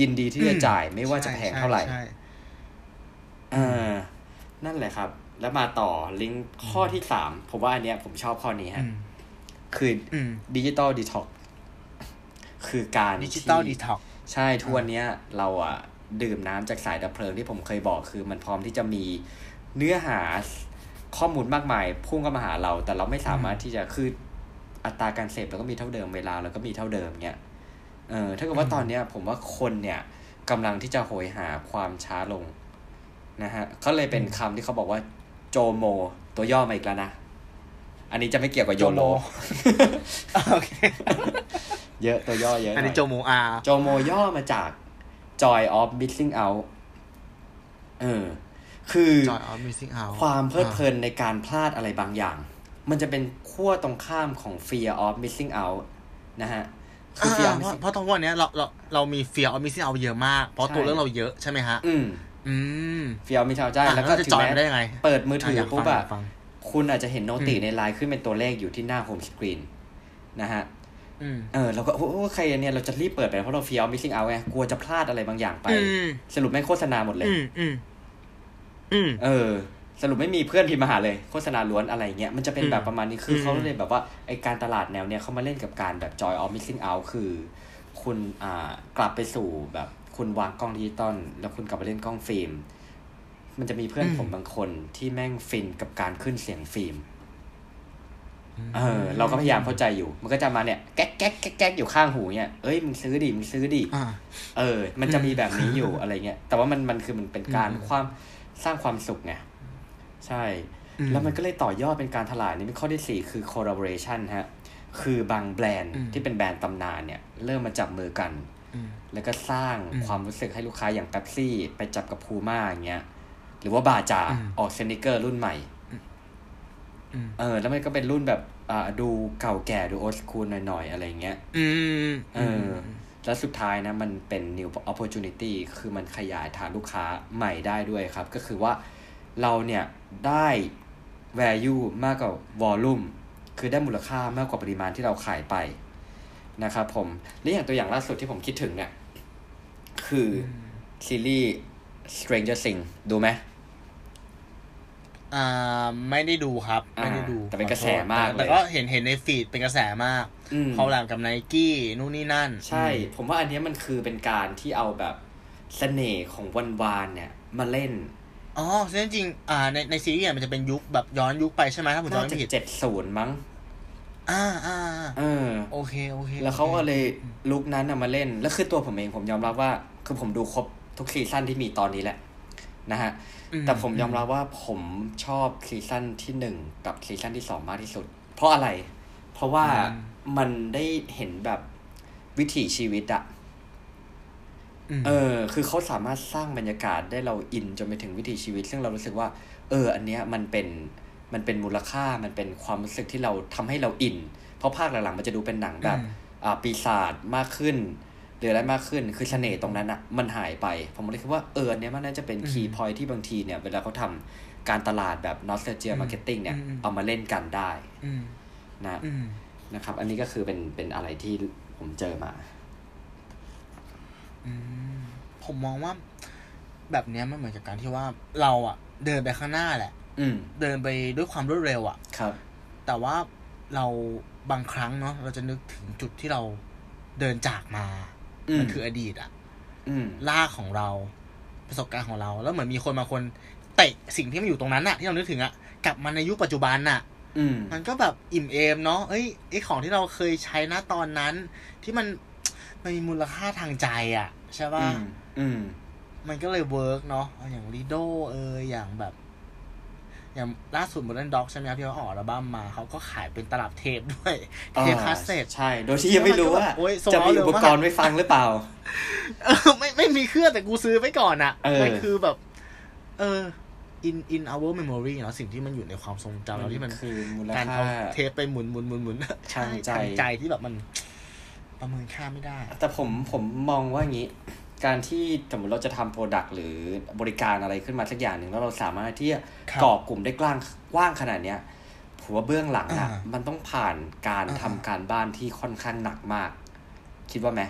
[SPEAKER 2] ยินดีที่จะจ่ายไม่ว่าจะแพงเท่าไหร่
[SPEAKER 1] ใช่ใช่ใช่
[SPEAKER 2] อ่านั่นแหละครับ แล้วมาต่อลิงก์ข้อที่สามผมว่าอันเนี้ยผมชอบข้อนี้ฮะ
[SPEAKER 1] อืม
[SPEAKER 2] คือ
[SPEAKER 1] อืม
[SPEAKER 2] ดิจิตอลดีท็อกคือการ
[SPEAKER 1] ดิจิตอล
[SPEAKER 2] ที่
[SPEAKER 1] ดีท็อก
[SPEAKER 2] ใช่ทุกวันเนี้ยเราอ่ะ ดื่มน้ำจากสายดับเพลิงที่ผมเคยบอกคือมันพร้อมที่จะมีเนื้อหาข้อมูลมากมาย พุ่งเข้ามาหาเรา แต่เราไม่สามารถที่จะคืออัตราการเสพเราก็มีเท่าเดิมเวลาเราก็มีเท่าเดิมเนี่ยเออถ้าเกิดว่าตอนเนี้ย ผมว่าคนเนี่ยกำลังที่จะโหยหาความช้าลงนะฮะก็เลยเป็นคำที่เขาบอกว่าโจโม ตัวย่อมาอีกแล้วนะ อันนี้จะไม่เกี่ยวกับโยโล
[SPEAKER 1] โอเค
[SPEAKER 2] เยอะตัวย่อเยอะห
[SPEAKER 1] อัน
[SPEAKER 2] น่
[SPEAKER 1] นี้
[SPEAKER 2] อย
[SPEAKER 1] โจโมอา
[SPEAKER 2] โจโมย่อมาจาก Joy of Missing Out เออ คือ
[SPEAKER 1] จอยออฟมิสซิ่งเอา
[SPEAKER 2] ความเพลิดเพลินในการพลาดอะไรบางอย่าง มันจะเป็นขั้วตรงข้ามของ Fear of Missing Out นะฮะ คือ
[SPEAKER 1] อ่า
[SPEAKER 2] Fear
[SPEAKER 1] เพราะ
[SPEAKER 2] of Missing
[SPEAKER 1] เพราะตรงวันเนี้ยเราเราเรามีเฟียร์ออมิซิเอาเยอะมาก เพราะตัว
[SPEAKER 2] ใช่
[SPEAKER 1] เรื่องเราเยอะใช่ไหมฮะ
[SPEAKER 2] อืม
[SPEAKER 1] อืม
[SPEAKER 2] Fear of Missing Out ใช่
[SPEAKER 1] อ่ะ
[SPEAKER 2] แล้วก็
[SPEAKER 1] แล้วจะ
[SPEAKER 2] ถึง
[SPEAKER 1] จอย
[SPEAKER 2] แม้
[SPEAKER 1] มาได้ยังไง
[SPEAKER 2] เปิดมือถืออะ
[SPEAKER 1] ยากฟัง
[SPEAKER 2] ปุ๊บอะ
[SPEAKER 1] ยากฟัง
[SPEAKER 2] คุณอาจจะเห็นโนติในไลน์ขึ้นเป็นตัวเลขอยู่ที่หน้าโฮมสกรีนนะฮะ
[SPEAKER 1] อืม
[SPEAKER 2] เออเราก็โอ้โหใครเนี่ยเราจะรีบเปิดไปเพราะเรา Fear of Missing Out ไงกลัวจะพลาดอะไรบางอย่างไป
[SPEAKER 1] อืม
[SPEAKER 2] สรุปไม่งโฆษณาหมดเลย
[SPEAKER 1] อืมอืมอืม
[SPEAKER 2] เออ สรุปไม่มีเพื่อนพิมพ์มาหาเลย โฆษณาล้วนอะไรเงี้ยมันจะเป็น
[SPEAKER 1] อืม
[SPEAKER 2] แบบประมาณนี้คืออ
[SPEAKER 1] ม
[SPEAKER 2] เขาเลยแบบว่าไอการตลาดแนวเนี้ยเขามาเล่นกับการแบบ joy of missing out คือ คุณอ่ากลับไปสู่แบบคุณวางกล้องดิจิตอลแล้วคุณกลับไปเล่นกล้องฟิล์ม มันจะมีเพื่อนผมบางคนที่แม่งฟินกับการขึ้นเสียงฟิล์ม เออ เราก็พยายามเข้าใจอยู่ มันก็จะมาเนี่ยแก๊กแก๊กแก๊กแก๊กอยู่ข้างหูเนี่ยเอ้ยมึงซื้อดิมึงซื้อดิ
[SPEAKER 1] อ่า
[SPEAKER 2] เออ มันจะมีแบบนี้อยู่ อะไรเงี้ย แต่ว่ามันมันคือมันเป็นการ
[SPEAKER 1] อืม
[SPEAKER 2] ความสร้างความสุขไง ใช่
[SPEAKER 1] อืม
[SPEAKER 2] แล้วมันก็เลยต่อยอดเป็นการถลายนี่เป็นข้อที่สี่คือ collaboration ฮะ คือบางแบรนด์
[SPEAKER 1] อืม
[SPEAKER 2] ที่เป็นแบรนด์ตำนานเนี่ย เริ่มมาจับมือกัน
[SPEAKER 1] อืม
[SPEAKER 2] แล้วก็สร้าง
[SPEAKER 1] อืม
[SPEAKER 2] ความรู้สึกให้ลูกค้าอย่างเป๊ปซี่ ไปจับกับพูม่าอย่างเงี้ย หรือว่าบาจา
[SPEAKER 1] อืม
[SPEAKER 2] ออกสนิเกอร์รุ่นใหม่
[SPEAKER 1] อืม
[SPEAKER 2] เออ แล้วมันก็เป็นรุ่นแบบอ่าดูเก่าแก่ดูโอสคูลหน่อยๆอะไรเงี้ย
[SPEAKER 1] อืม
[SPEAKER 2] เออแล้วสุดท้ายนะ มันเป็น new opportunity คือมันขยายฐานลูกค้าใหม่ได้ด้วยครับ ก็คือว่าเราเนี่ยได้ value มากกว่า volume คือได้มูลค่ามากกว่าปริมาณที่เราขายไปนะครับผม และอย่างตัวอย่างล่าสุดที่ผมคิดถึงเนี่ย คืออซีรีส์ Stranger Things ดูไหม
[SPEAKER 1] อ่าไม่ได้ดูครับ
[SPEAKER 2] อ่า
[SPEAKER 1] ไม่ได้ดู
[SPEAKER 2] แต่เป็น
[SPEAKER 1] ขอโทษ
[SPEAKER 2] กระแสมากเลย
[SPEAKER 1] แต่ก็เห็นเห็นในฟีดเป็นกระแสมาก
[SPEAKER 2] อืม
[SPEAKER 1] เขาแลบกับไนกี้นู่นนี่นั่น
[SPEAKER 2] ใช่ ผมว่าอันเนี้ยมันคือเป็นการที่เอาแบบเสน่ห์ของวันวานๆเนี่ย มาเล่น
[SPEAKER 1] อ๋อซึ่งจริงๆอ่าในในซีรีส์อ่ะมันจะเป็นยุคแบบย้อนยุคไปใช่ไหมถ้าผมจำ
[SPEAKER 2] น่า
[SPEAKER 1] ไม่
[SPEAKER 2] จะ
[SPEAKER 1] ผิด
[SPEAKER 2] เจ็ดศูนย์มั้ง
[SPEAKER 1] อ่าอ่า
[SPEAKER 2] เออ
[SPEAKER 1] โอเคโอเค
[SPEAKER 2] แล้วเขาก็เลยลุกนั้นน่ะมาเล่น แล้วคือตัวผมเองผมยอมรับว่า คือผมดูครบทุกซีซั่นที่มีตอนนี้แหละ นะฮะ แต่ผมยอมรับว่าผมชอบซีซั่นที่หนึ่งกับซีซั่นที่สองมากที่สุด เพราะอะไร เพราะว่ามันได้เห็นแบบวิถีชีวิตอะ
[SPEAKER 1] ม
[SPEAKER 2] เออ คือเขาสามารถสร้างบรรยากาศได้เราอินจนไปถึงวิถีชีวิต ซึ่งเรารู้สึกว่า เออ อันเนี้ยมันเป็น มันเป็นมูลค่า มันเป็นความรู้สึกที่เราทำให้เราอิน เพราะภาคหลังๆมันจะดูเป็นหนังแบบ อ่า ปีศาจมากขึ้น หรืออะไรมากขึ้น คือเสน่ห์ตรงนั้นอะมันหายไป ผมเลยคิดว่า เอออันเนี้ยมันน่าจะเป็นคีย์พอยที่บางทีเนี่ย เวลาเขาทำการตลาดแบบนอสเตเจียมาร์เก็ตติ้งเนี่ย เอามาเล่นกันได้
[SPEAKER 1] อืม
[SPEAKER 2] นะ
[SPEAKER 1] อืม
[SPEAKER 2] นะครับ อันนี้ก็คือเป็น เป็นอะไรที่ผมเจอมา
[SPEAKER 1] อืมผมมองว่าแบบเนี้ยมันเหมือนกับการที่ว่าเราอะเดินไปข้างหน้าแหละ
[SPEAKER 2] อืม
[SPEAKER 1] เดินไปด้วยความรวดเร็วอะ
[SPEAKER 2] ครับ
[SPEAKER 1] แต่ว่าเราบางครั้งเนาะเราจะนึกถึงจุดที่เราเดินจากมา
[SPEAKER 2] อืม
[SPEAKER 1] มันคืออดีตอะ
[SPEAKER 2] อืม
[SPEAKER 1] ล่ากของเราประสบการณ์ของเรา แล้วเหมือนมีคนมาคนเตะสิ่งที่มันอยู่ตรงนั้นอะที่เรานึกถึงอะกลับมาในยุคปัจจุบันอะ
[SPEAKER 2] อืม
[SPEAKER 1] มันก็แบบอิ่มเอมเนาะ เอ้ยไอของที่เราเคยใช้นะตอนนั้น ที่มัน มันมีมูลค่าทางใจอะ่ะ ใช่ป่ะ
[SPEAKER 2] อืม อืม
[SPEAKER 1] มันก็เลยเวิร์กเนาะเอาอย่างลีโดเอยอย่างแบบ อย่างล่าสุดม o เ e r n d ด็อกใช่ไหมครับที่เขาออกอัลบั้มมา เขาก็ขายเป็นตลับเทปด้วย เทป
[SPEAKER 2] อ่
[SPEAKER 1] คาสเซ็ต
[SPEAKER 2] ใช่ โดยที่ยังไม่รู้ว่า
[SPEAKER 1] โอ้ยส่ง
[SPEAKER 2] จะมี
[SPEAKER 1] เอาเร็ว
[SPEAKER 2] อุป
[SPEAKER 1] มาก
[SPEAKER 2] กรณ์ไว้ฟังหรือเปล่า
[SPEAKER 1] เออไม่ไม่มีเครื่องแต่กูซื้อไปก่อนอะ
[SPEAKER 2] เออ
[SPEAKER 1] มันคือแบบ เออ in in our memory เนาะสิ่งที่มันอยู่ในความทรงจำเราที่มัน
[SPEAKER 2] คือมูล
[SPEAKER 1] การ
[SPEAKER 2] ค่า
[SPEAKER 1] เอาเทปไปหมุนหมุนหมุนหมุน
[SPEAKER 2] ทางใจ
[SPEAKER 1] ทางใจที่แบบมัน ประเมินค่าไม่ได้อะ
[SPEAKER 2] แต่ผมผมมองว่าอย่างนี้ การที่สมมติเราจะทำโปรดักต์หรือบริการอะไรขึ้นมาสักอย่างหนึ่งแล้วเราสามารถที่จะ
[SPEAKER 1] ครับ
[SPEAKER 2] ก่อกลุ่มได้กว้างกว้างขนาดเนี้ยผมว่าเบื้องหลังอ่ะ
[SPEAKER 1] อ่า
[SPEAKER 2] มันต้องผ่านการ
[SPEAKER 1] อ่า
[SPEAKER 2] ทำการบ้านที่ค่อนข้างหนักมาก คิดว่าไหม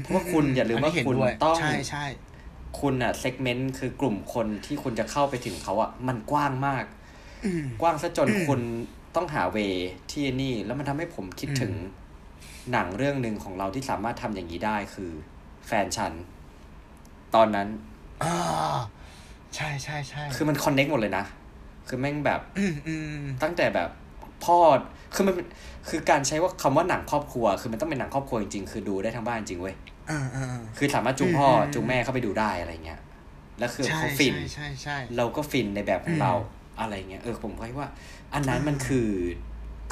[SPEAKER 2] เพราะว่าคุณอย่าลืม
[SPEAKER 1] น
[SPEAKER 2] ว่า
[SPEAKER 1] นี้เห็น
[SPEAKER 2] คุณ
[SPEAKER 1] ด้วย
[SPEAKER 2] ต้อง
[SPEAKER 1] ใช่ใช่
[SPEAKER 2] คุณอะเซกเมนต์คือกลุ่มคนที่คุณจะเข้าไปถึงเขาอะมันกว้างมาก กว้างซะจนคุณต้องหาเวที่นี่ แล้วมันทำให้ผมคิดถึง หนังเรื่องหนึ่งของเราที่สามารถทำอย่างนี้ได้คือ แฟนฉัน ตอนนั้น
[SPEAKER 1] อ่าใช่ใช่ใช่
[SPEAKER 2] คือมันคอนเน็กหมดเลยนะ คือแม่งแบบ
[SPEAKER 1] อืมอืม
[SPEAKER 2] ตั้งแต่แบบพ่อคือมันเป็นคือการใช้ว่าคำว่าหนังครอบครัว คือมันต้องเป็นหนังครอบครัวจริงๆคือดูได้ทั้งบ้านจริงเว้ย
[SPEAKER 1] อ่าอ่า
[SPEAKER 2] คือสามารถจูงพ่อจูงแม่เข้าไปดูได้อะไรเงี้ยแล้วคือ
[SPEAKER 1] ใช่
[SPEAKER 2] เขาฟิ
[SPEAKER 1] ใช่
[SPEAKER 2] น
[SPEAKER 1] ใช่ใช่
[SPEAKER 2] เราก็ฟินในแบบของเราอะไรเงี้ยเออผมก็คิดว่า อันนั้นมันคือ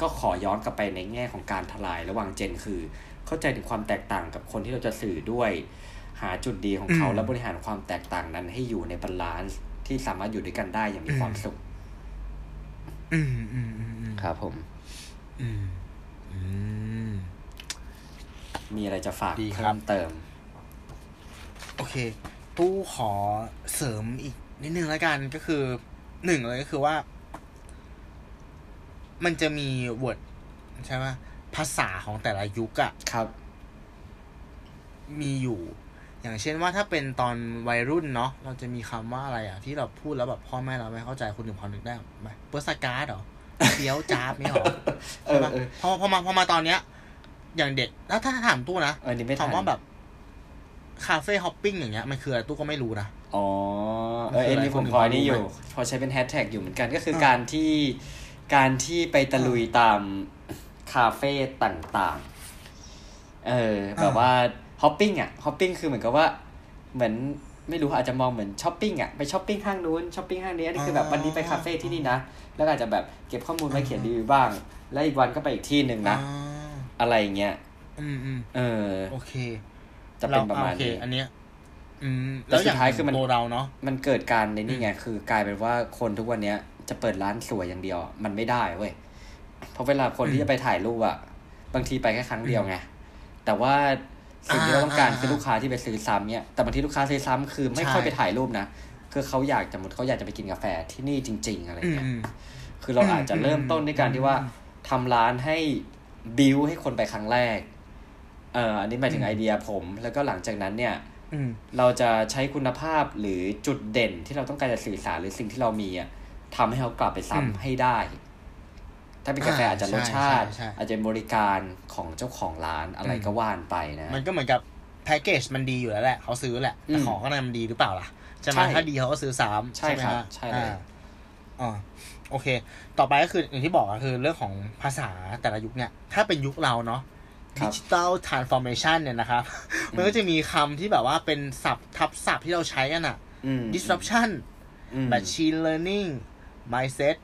[SPEAKER 2] ก็ขอย้อนกลับไปในแง่ของการทลายระหว่างเจนคือ เข้าใจถึงความแตกต่างกับคนที่เราจะสื่อด้วย หาจุดดีของเขาและบริหารความแตกต่างนั้นให้อยู่ในบาลานซ์ที่สามารถอยู่ด้วยกันได้อย่างมีความสุข
[SPEAKER 1] อืมอืมอืมอืม
[SPEAKER 2] ครับผม
[SPEAKER 1] อืมอืม
[SPEAKER 2] มีอะไรจะฝาก
[SPEAKER 1] ดีครับ
[SPEAKER 2] เพิ่มเติม
[SPEAKER 1] โอเค ตู้ขอเสริมอีกนิดนึงแล้วกันก็คือหนึ่งเลยก็คือว่า มันจะมีวอร์ดใช่ไหมภาษาของแต่ละยุคอะ
[SPEAKER 2] ครับ
[SPEAKER 1] มีอยู่ อย่างเช่นว่าถ้าเป็นตอนวัยรุ่นเนาะเราจะมีคำว่าอะไรอ่ะ ที่เราพูดแล้วแบบพ่อแม่เราไม่เข้าใจคุณหนึ่งพอนึกได้ไหมเปอร์สการ์ดเหรอเฟี้ยวจ้าบไม่หรอ
[SPEAKER 2] เอ
[SPEAKER 1] ใช่
[SPEAKER 2] อ
[SPEAKER 1] ปะ
[SPEAKER 2] เออ
[SPEAKER 1] พอพอมาพอมาตอนเนี้ย อย่างเด็กแล้วถ้าถามตู้นะ
[SPEAKER 2] เออนี่ไม่ทั
[SPEAKER 1] คำว่าน แบบคาเฟ่ฮอปปิ้งอย่างเงี้ยมันคืออะไรตู้ก็ไม่รู้นะ
[SPEAKER 2] อ๋อเออเอ็นนี่ผมพอนี่อยู่ พอใช้เป็นแฮชแท็กอยู่เหมือนกันก็คือการที่การที่ไปตะลุยตามคาเฟ่ต่างๆ เออ แบบว่าฮอปปิ้งอ่ะฮอปปิ้งคือเหมือนกับว่า เหมือนไม่รู้อาจจะมองเหมือนช้อปปิ้งอ่ะไปช้อปปิ้งห้างนู้นช้อปปิ้งห้างนี้อันนี้คือแบบวันนี้ไปคาเฟ่ที่นี่นะ แล้วก็อาจจะแบบเก็บข้อมูลไว้เขียนรีวิวบ้าง แล้วอีกวันก็ไปอีกที่หนึ่งนะ
[SPEAKER 1] อ๋อ
[SPEAKER 2] อะไรอย่างเงี้ย
[SPEAKER 1] อืมอืม
[SPEAKER 2] เออ
[SPEAKER 1] โอเค
[SPEAKER 2] จะเป็นประมาณ
[SPEAKER 1] โอเค
[SPEAKER 2] นี้
[SPEAKER 1] อันเนี้ย อืม
[SPEAKER 2] แต่สุดท้ายคือมัน
[SPEAKER 1] ตัวเราเนาะ
[SPEAKER 2] มันเกิดการในนี่ไง คือกลายเป็นว่าคนทุกวันเนี้ย จะเปิดร้านสวยอย่างเดียวอะมันไม่ได้เว้ย เพราะเวลาคนที่จะไปถ่ายรูปอะบางทีไปแค่ครั้งเดียวไง แต่ว่าสิ่งที่เราต้องการ
[SPEAKER 1] อ่า
[SPEAKER 2] คือลูกค้าที่ไปซื้อซ้ำเนี่ย แต่บางทีลูกค้าซื้อซ้ำคือไม่
[SPEAKER 1] ใช่
[SPEAKER 2] ค่อยไปถ่ายรูปนะ คือเขาอยากจะหมดเขาอยากจะไปกินกาแฟที่นี่จริง ๆ อะไร
[SPEAKER 1] อืม
[SPEAKER 2] เงี้ย
[SPEAKER 1] อืม
[SPEAKER 2] คือเราอาจจะเริ่มต้นในการที่ว่าทำร้านให้บิวให้คนไปครั้งแรก เอ่ออันนี้หมายถึง
[SPEAKER 1] อืม
[SPEAKER 2] ไอเดียผม แล้วก็หลังจากนั้นเนี่ย
[SPEAKER 1] อืม
[SPEAKER 2] เราจะใช้คุณภาพหรือจุดเด่นที่เราต้องการจะสื่อสารหรือสิ่งที่เรามีอะทำให้เขากลับไปซ้ำ
[SPEAKER 1] อืม
[SPEAKER 2] ให้ได้ ถ้าเป็นกาแฟ
[SPEAKER 1] อ่า
[SPEAKER 2] อาจจะรสชาติ
[SPEAKER 1] ใช่ใช่ใช่
[SPEAKER 2] อาจจะเป็นบริการของเจ้าของร้านอะไรก็ว่านไปนะ
[SPEAKER 1] มันก็เหมือนกับแพ็กเกจมันดีอยู่แล้วแหละเขาซื้อแหละ แต่
[SPEAKER 2] อืม
[SPEAKER 1] ของข้างในมันดีหรือเปล่าล่ะใช่ไหม
[SPEAKER 2] ใช่
[SPEAKER 1] ถ้าดีเขาก็ซื้อซ้ำ
[SPEAKER 2] ใช่ครับ
[SPEAKER 1] ไหมฮะ
[SPEAKER 2] ใช่เลย
[SPEAKER 1] อ่า อ่าโอเค ต่อไปก็คืออย่างที่บอกอะคือเรื่องของภาษาแต่ละยุคเนี่ย ถ้าเป็นยุคเราเนาะ
[SPEAKER 2] ค
[SPEAKER 1] ดิ
[SPEAKER 2] รับ
[SPEAKER 1] จิตอลทรานส์ฟอร์เมชันเนี่ยนะครับ มันก็จะมีคำที่แบบว่าเป็นศัพท์ทับศัพท์ที่เราใช้กันอะ
[SPEAKER 2] อืม
[SPEAKER 1] disruption
[SPEAKER 2] อืม
[SPEAKER 1] machine learning mindset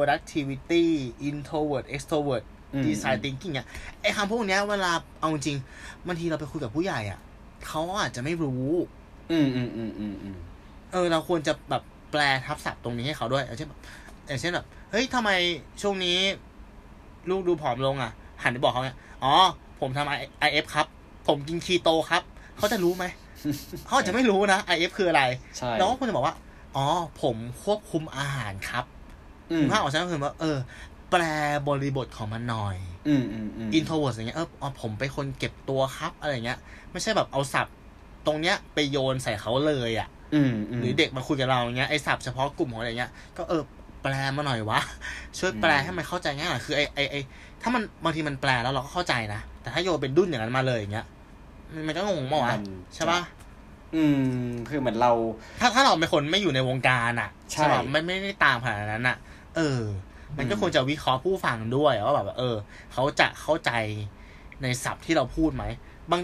[SPEAKER 1] productivity introvert extrovert
[SPEAKER 2] อืม
[SPEAKER 1] design thinking เนี่ยไอคำพวกเนี้ยเวลาเอาจริงๆบางทีเราไปคุยกับผู้ใหญ่อะเขาอาจจะไม่รู้
[SPEAKER 2] อืมอืมอืมอืมอืม
[SPEAKER 1] เออเราควรจะแบบแปลทับศัพท์ตรงนี้ให้เขาด้วยอย่างเช่นแบบอย่างเช่นแบบเฮ้ยทำไมช่วงนี้ ลูกดูผอมลงอ่ะ หันไปบอกเขาเนี่ยอ๋อ ผมทำไอเอฟครับ ผมกินคีโตครับ เขาจะรู้ไหม เขาอาจจะไม่รู้นะไอเอฟคืออะไร
[SPEAKER 2] ใช่
[SPEAKER 1] เราก็ควรจะบอกว่า อ๋อ ผมควบคุมอาหารครับ
[SPEAKER 2] อืม
[SPEAKER 1] ภาพออกใช่ไหมคือว่าเออ แปลบริบทของมันหน่อย
[SPEAKER 2] อืมอืมอืม
[SPEAKER 1] อินโทรเวิร์ดอย่างเงี้ยเอออ๋อผมเป็นคนเก็บตัวครับ อะไรเงี้ย ไม่ใช่แบบเอาศัพท์ ตรงเนี้ยไปโยนใส่เขาเลยอ่ะ
[SPEAKER 2] อืมม
[SPEAKER 1] หรือเด็กมาคุยกับเราอย่างเงี้ยไอศัพท์เฉพาะกลุ่มของอะไรเงี้ยก็เออแปลมาหน่อยวะ ช่วยแปลให้มันเข้าใจง่ายหน่อยคือไอไอไอถ้ามันบางทีมันแปลแล้วเราก็เข้าใจนะ แต่ถ้าโยนเป็นดุ้นอย่างนั้นมาเลยอย่างเงี้ยมันมันก็งงมากวะใช่ปะ
[SPEAKER 2] อืม คือเหมือนเรา
[SPEAKER 1] ถ้าถ้าเราเป็นคนไม่อยู่ในวงการอ่ะ
[SPEAKER 2] ใช่
[SPEAKER 1] ปะไม่ไม่ได้ตามขนาดนั้นอ่ะ เออ มันก็
[SPEAKER 2] อืม
[SPEAKER 1] ควรจะวิเคราะห์ผู้ฟังด้วยว่าแบบเออ เขาจะเข้าใจในศัพท์ที่เราพูดไหมบาง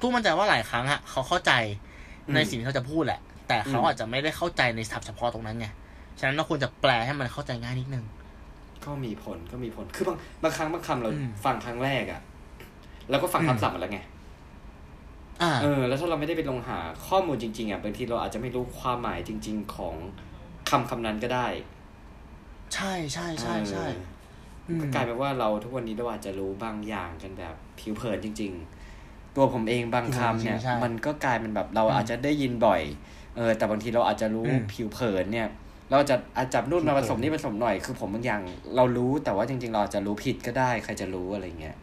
[SPEAKER 1] ตู้มั่นใจว่าหลายครั้งอ่ะเขาเข้าใจ ในสิ่งที่เขาจะพูดแหละ แต่เขา
[SPEAKER 2] อืม
[SPEAKER 1] อาจจะไม่ได้เข้าใจในศัพท์เฉพาะตรงนั้นไง ฉะนั้นเราควรจะแปลให้มันเข้าใจง่ายนิดนึง
[SPEAKER 2] ก็มีผลก็มีผล คือบางบางครั้งบางคำเรา
[SPEAKER 1] อืม
[SPEAKER 2] ฟังครั้งแรกอะเราก็ฟัง
[SPEAKER 1] อืม
[SPEAKER 2] คำศัพท์มาแล้วไง
[SPEAKER 1] อ่า
[SPEAKER 2] เออ แล้วถ้าเราไม่ได้ไปลงหาข้อมูลจริง ๆอะบางทีเราอาจจะไม่รู้ความหมายจริง ๆ ของคำคำนั้นก็ได้
[SPEAKER 1] ใช่ใช่ใช่ใช่
[SPEAKER 2] เออ
[SPEAKER 1] ม
[SPEAKER 2] ก็กลายเป็นว่าเราทุกวันนี้เราอาจจะรู้บางอย่างกันแบบผิวเผินจริง ๆ ตัวผมเองบางคำเนี่ย
[SPEAKER 1] ใช่ใช่
[SPEAKER 2] มันก็กลายเป็นแบบเรา
[SPEAKER 1] อืม
[SPEAKER 2] อาจจะได้ยินบ่อย เออ แต่บางทีเราอาจจะรู้
[SPEAKER 1] อืม
[SPEAKER 2] ผิวเผินเนี่ย เราอาจจะอาจจับนู่นมา
[SPEAKER 1] ผิ
[SPEAKER 2] ผ
[SPEAKER 1] วเผิน
[SPEAKER 2] สมนี่ผสมหน่อย คือผมบางอย่างเรารู้แต่ว่าจริง ๆ เราอาจจะรู้ผิดก็ได้ ใครจะรู้อะไรเงี้ย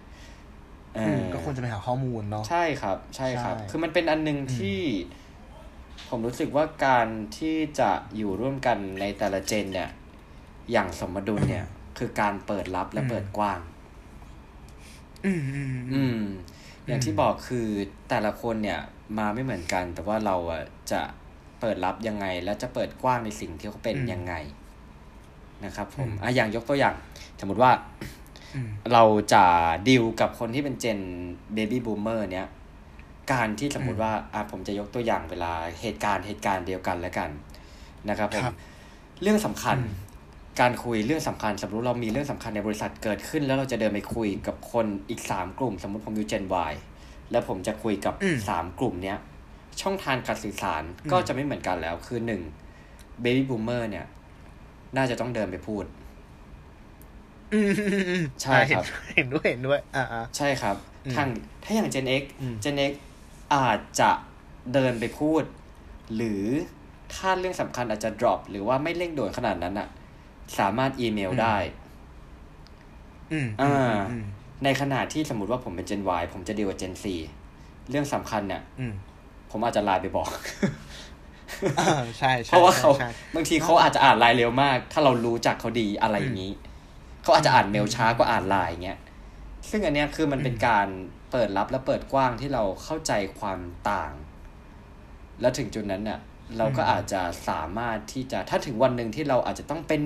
[SPEAKER 2] เออ
[SPEAKER 1] อืมก็ควรจะไปหาข้อมูลเนาะ
[SPEAKER 2] ใช่ครับ ใช่ครับ
[SPEAKER 1] ใช่
[SPEAKER 2] คือมันเป็นอันหนึงที่ ผมรู้สึกว่าการที่จะอยู่ร่วมกันในแต่ละเจนเนี่ย อย่างสมดุลเนี่ย คือการเปิดรับและ
[SPEAKER 1] อืม
[SPEAKER 2] เปิดกว้าง
[SPEAKER 1] อืมอืมอื
[SPEAKER 2] อื
[SPEAKER 1] ม
[SPEAKER 2] ม อย่างที่บอกคือแต่ละคนเนี่ยมาไม่เหมือนกัน แต่ว่าเราอ่ะจะเปิดรับยังไง และจะเปิดกว้างในสิ่งที่เขาเป็น
[SPEAKER 1] อืม
[SPEAKER 2] ยังไง นะครับ ผม
[SPEAKER 1] อืม
[SPEAKER 2] อ่ะอย่างยกตัวอย่าง สมมติว่า
[SPEAKER 1] อืม
[SPEAKER 2] เราจะดีลกับคนที่เป็นเจนเบบี้บูมเมอร์เนี้ยการที่สมมติ
[SPEAKER 1] อืม
[SPEAKER 2] ว่าอ่ะผมจะยกตัวอย่างเวลาเหตุการณ์เหตุการณ์เดียวกันแล้วกันนะครับผม
[SPEAKER 1] ครับ
[SPEAKER 2] เรื่องสำคัญ
[SPEAKER 1] อืม
[SPEAKER 2] การคุยเรื่องสำคัญ สมมติเรามีเรื่องสำคัญในบริษัทเกิดขึ้น แล้วเราจะเดินไปคุยกับคนอีกสามกลุ่ม สมมติผมอยู่เจน Y แล้วผมจะคุยกับ
[SPEAKER 1] อืม
[SPEAKER 2] สามกลุ่มเนี้ยช่องทางการสื่อสาร
[SPEAKER 1] อืม
[SPEAKER 2] ก็จะไม่เหมือนกันแล้วคือหนึ่งเบบี้บูมเมอร์เนี่ย น่าจะต้องเดินไปพูด
[SPEAKER 1] อืมอืมอืม
[SPEAKER 2] ใช่
[SPEAKER 1] อ่า
[SPEAKER 2] ครับ
[SPEAKER 1] เห็นด้วยเห็นด้วย อ่าอ่า
[SPEAKER 2] ใช่ครับ
[SPEAKER 1] อืม
[SPEAKER 2] ทางถ้าอย่าง Gen X
[SPEAKER 1] อืม
[SPEAKER 2] Gen X อาจจะเดินไปพูด หรือถ้าเรื่องสำคัญอาจจะ drop หรือว่าไม่เร่งด่วนขนาดนั้นอะสามารถอีเมลได้
[SPEAKER 1] อืม
[SPEAKER 2] อ่า
[SPEAKER 1] อืม
[SPEAKER 2] ในขณะที่สมมติว่าผมเป็น Gen Y ผมจะดีลกับ Gen C เรื่องสำคัญเนี่ย
[SPEAKER 1] อืม
[SPEAKER 2] ผมอาจจะไลน์ไปบอก
[SPEAKER 1] อ่า ใช่ใช่
[SPEAKER 2] เพราะว่าเขา
[SPEAKER 1] ใช่ใช่
[SPEAKER 2] บางทีเขาอาจจะอ่านไลน์เร็วมาก ถ้าเรารู้จักเขาดีอะไรอย่างนี้ เขาอาจจะอ่านเมลช้ากว่าอ่านไลน์เงี้ยซึ่งอันเนี้ยคือมันเป็นการเปิดรับและเปิดกว้างที่เราเข้าใจความต่าง แล้วถึงจุดนั้นเน่ะ เราก็
[SPEAKER 1] อืม
[SPEAKER 2] อาจจะสามารถที่จะถ้าถึงวันหนึ่งที่เราอาจจะต้องเป็น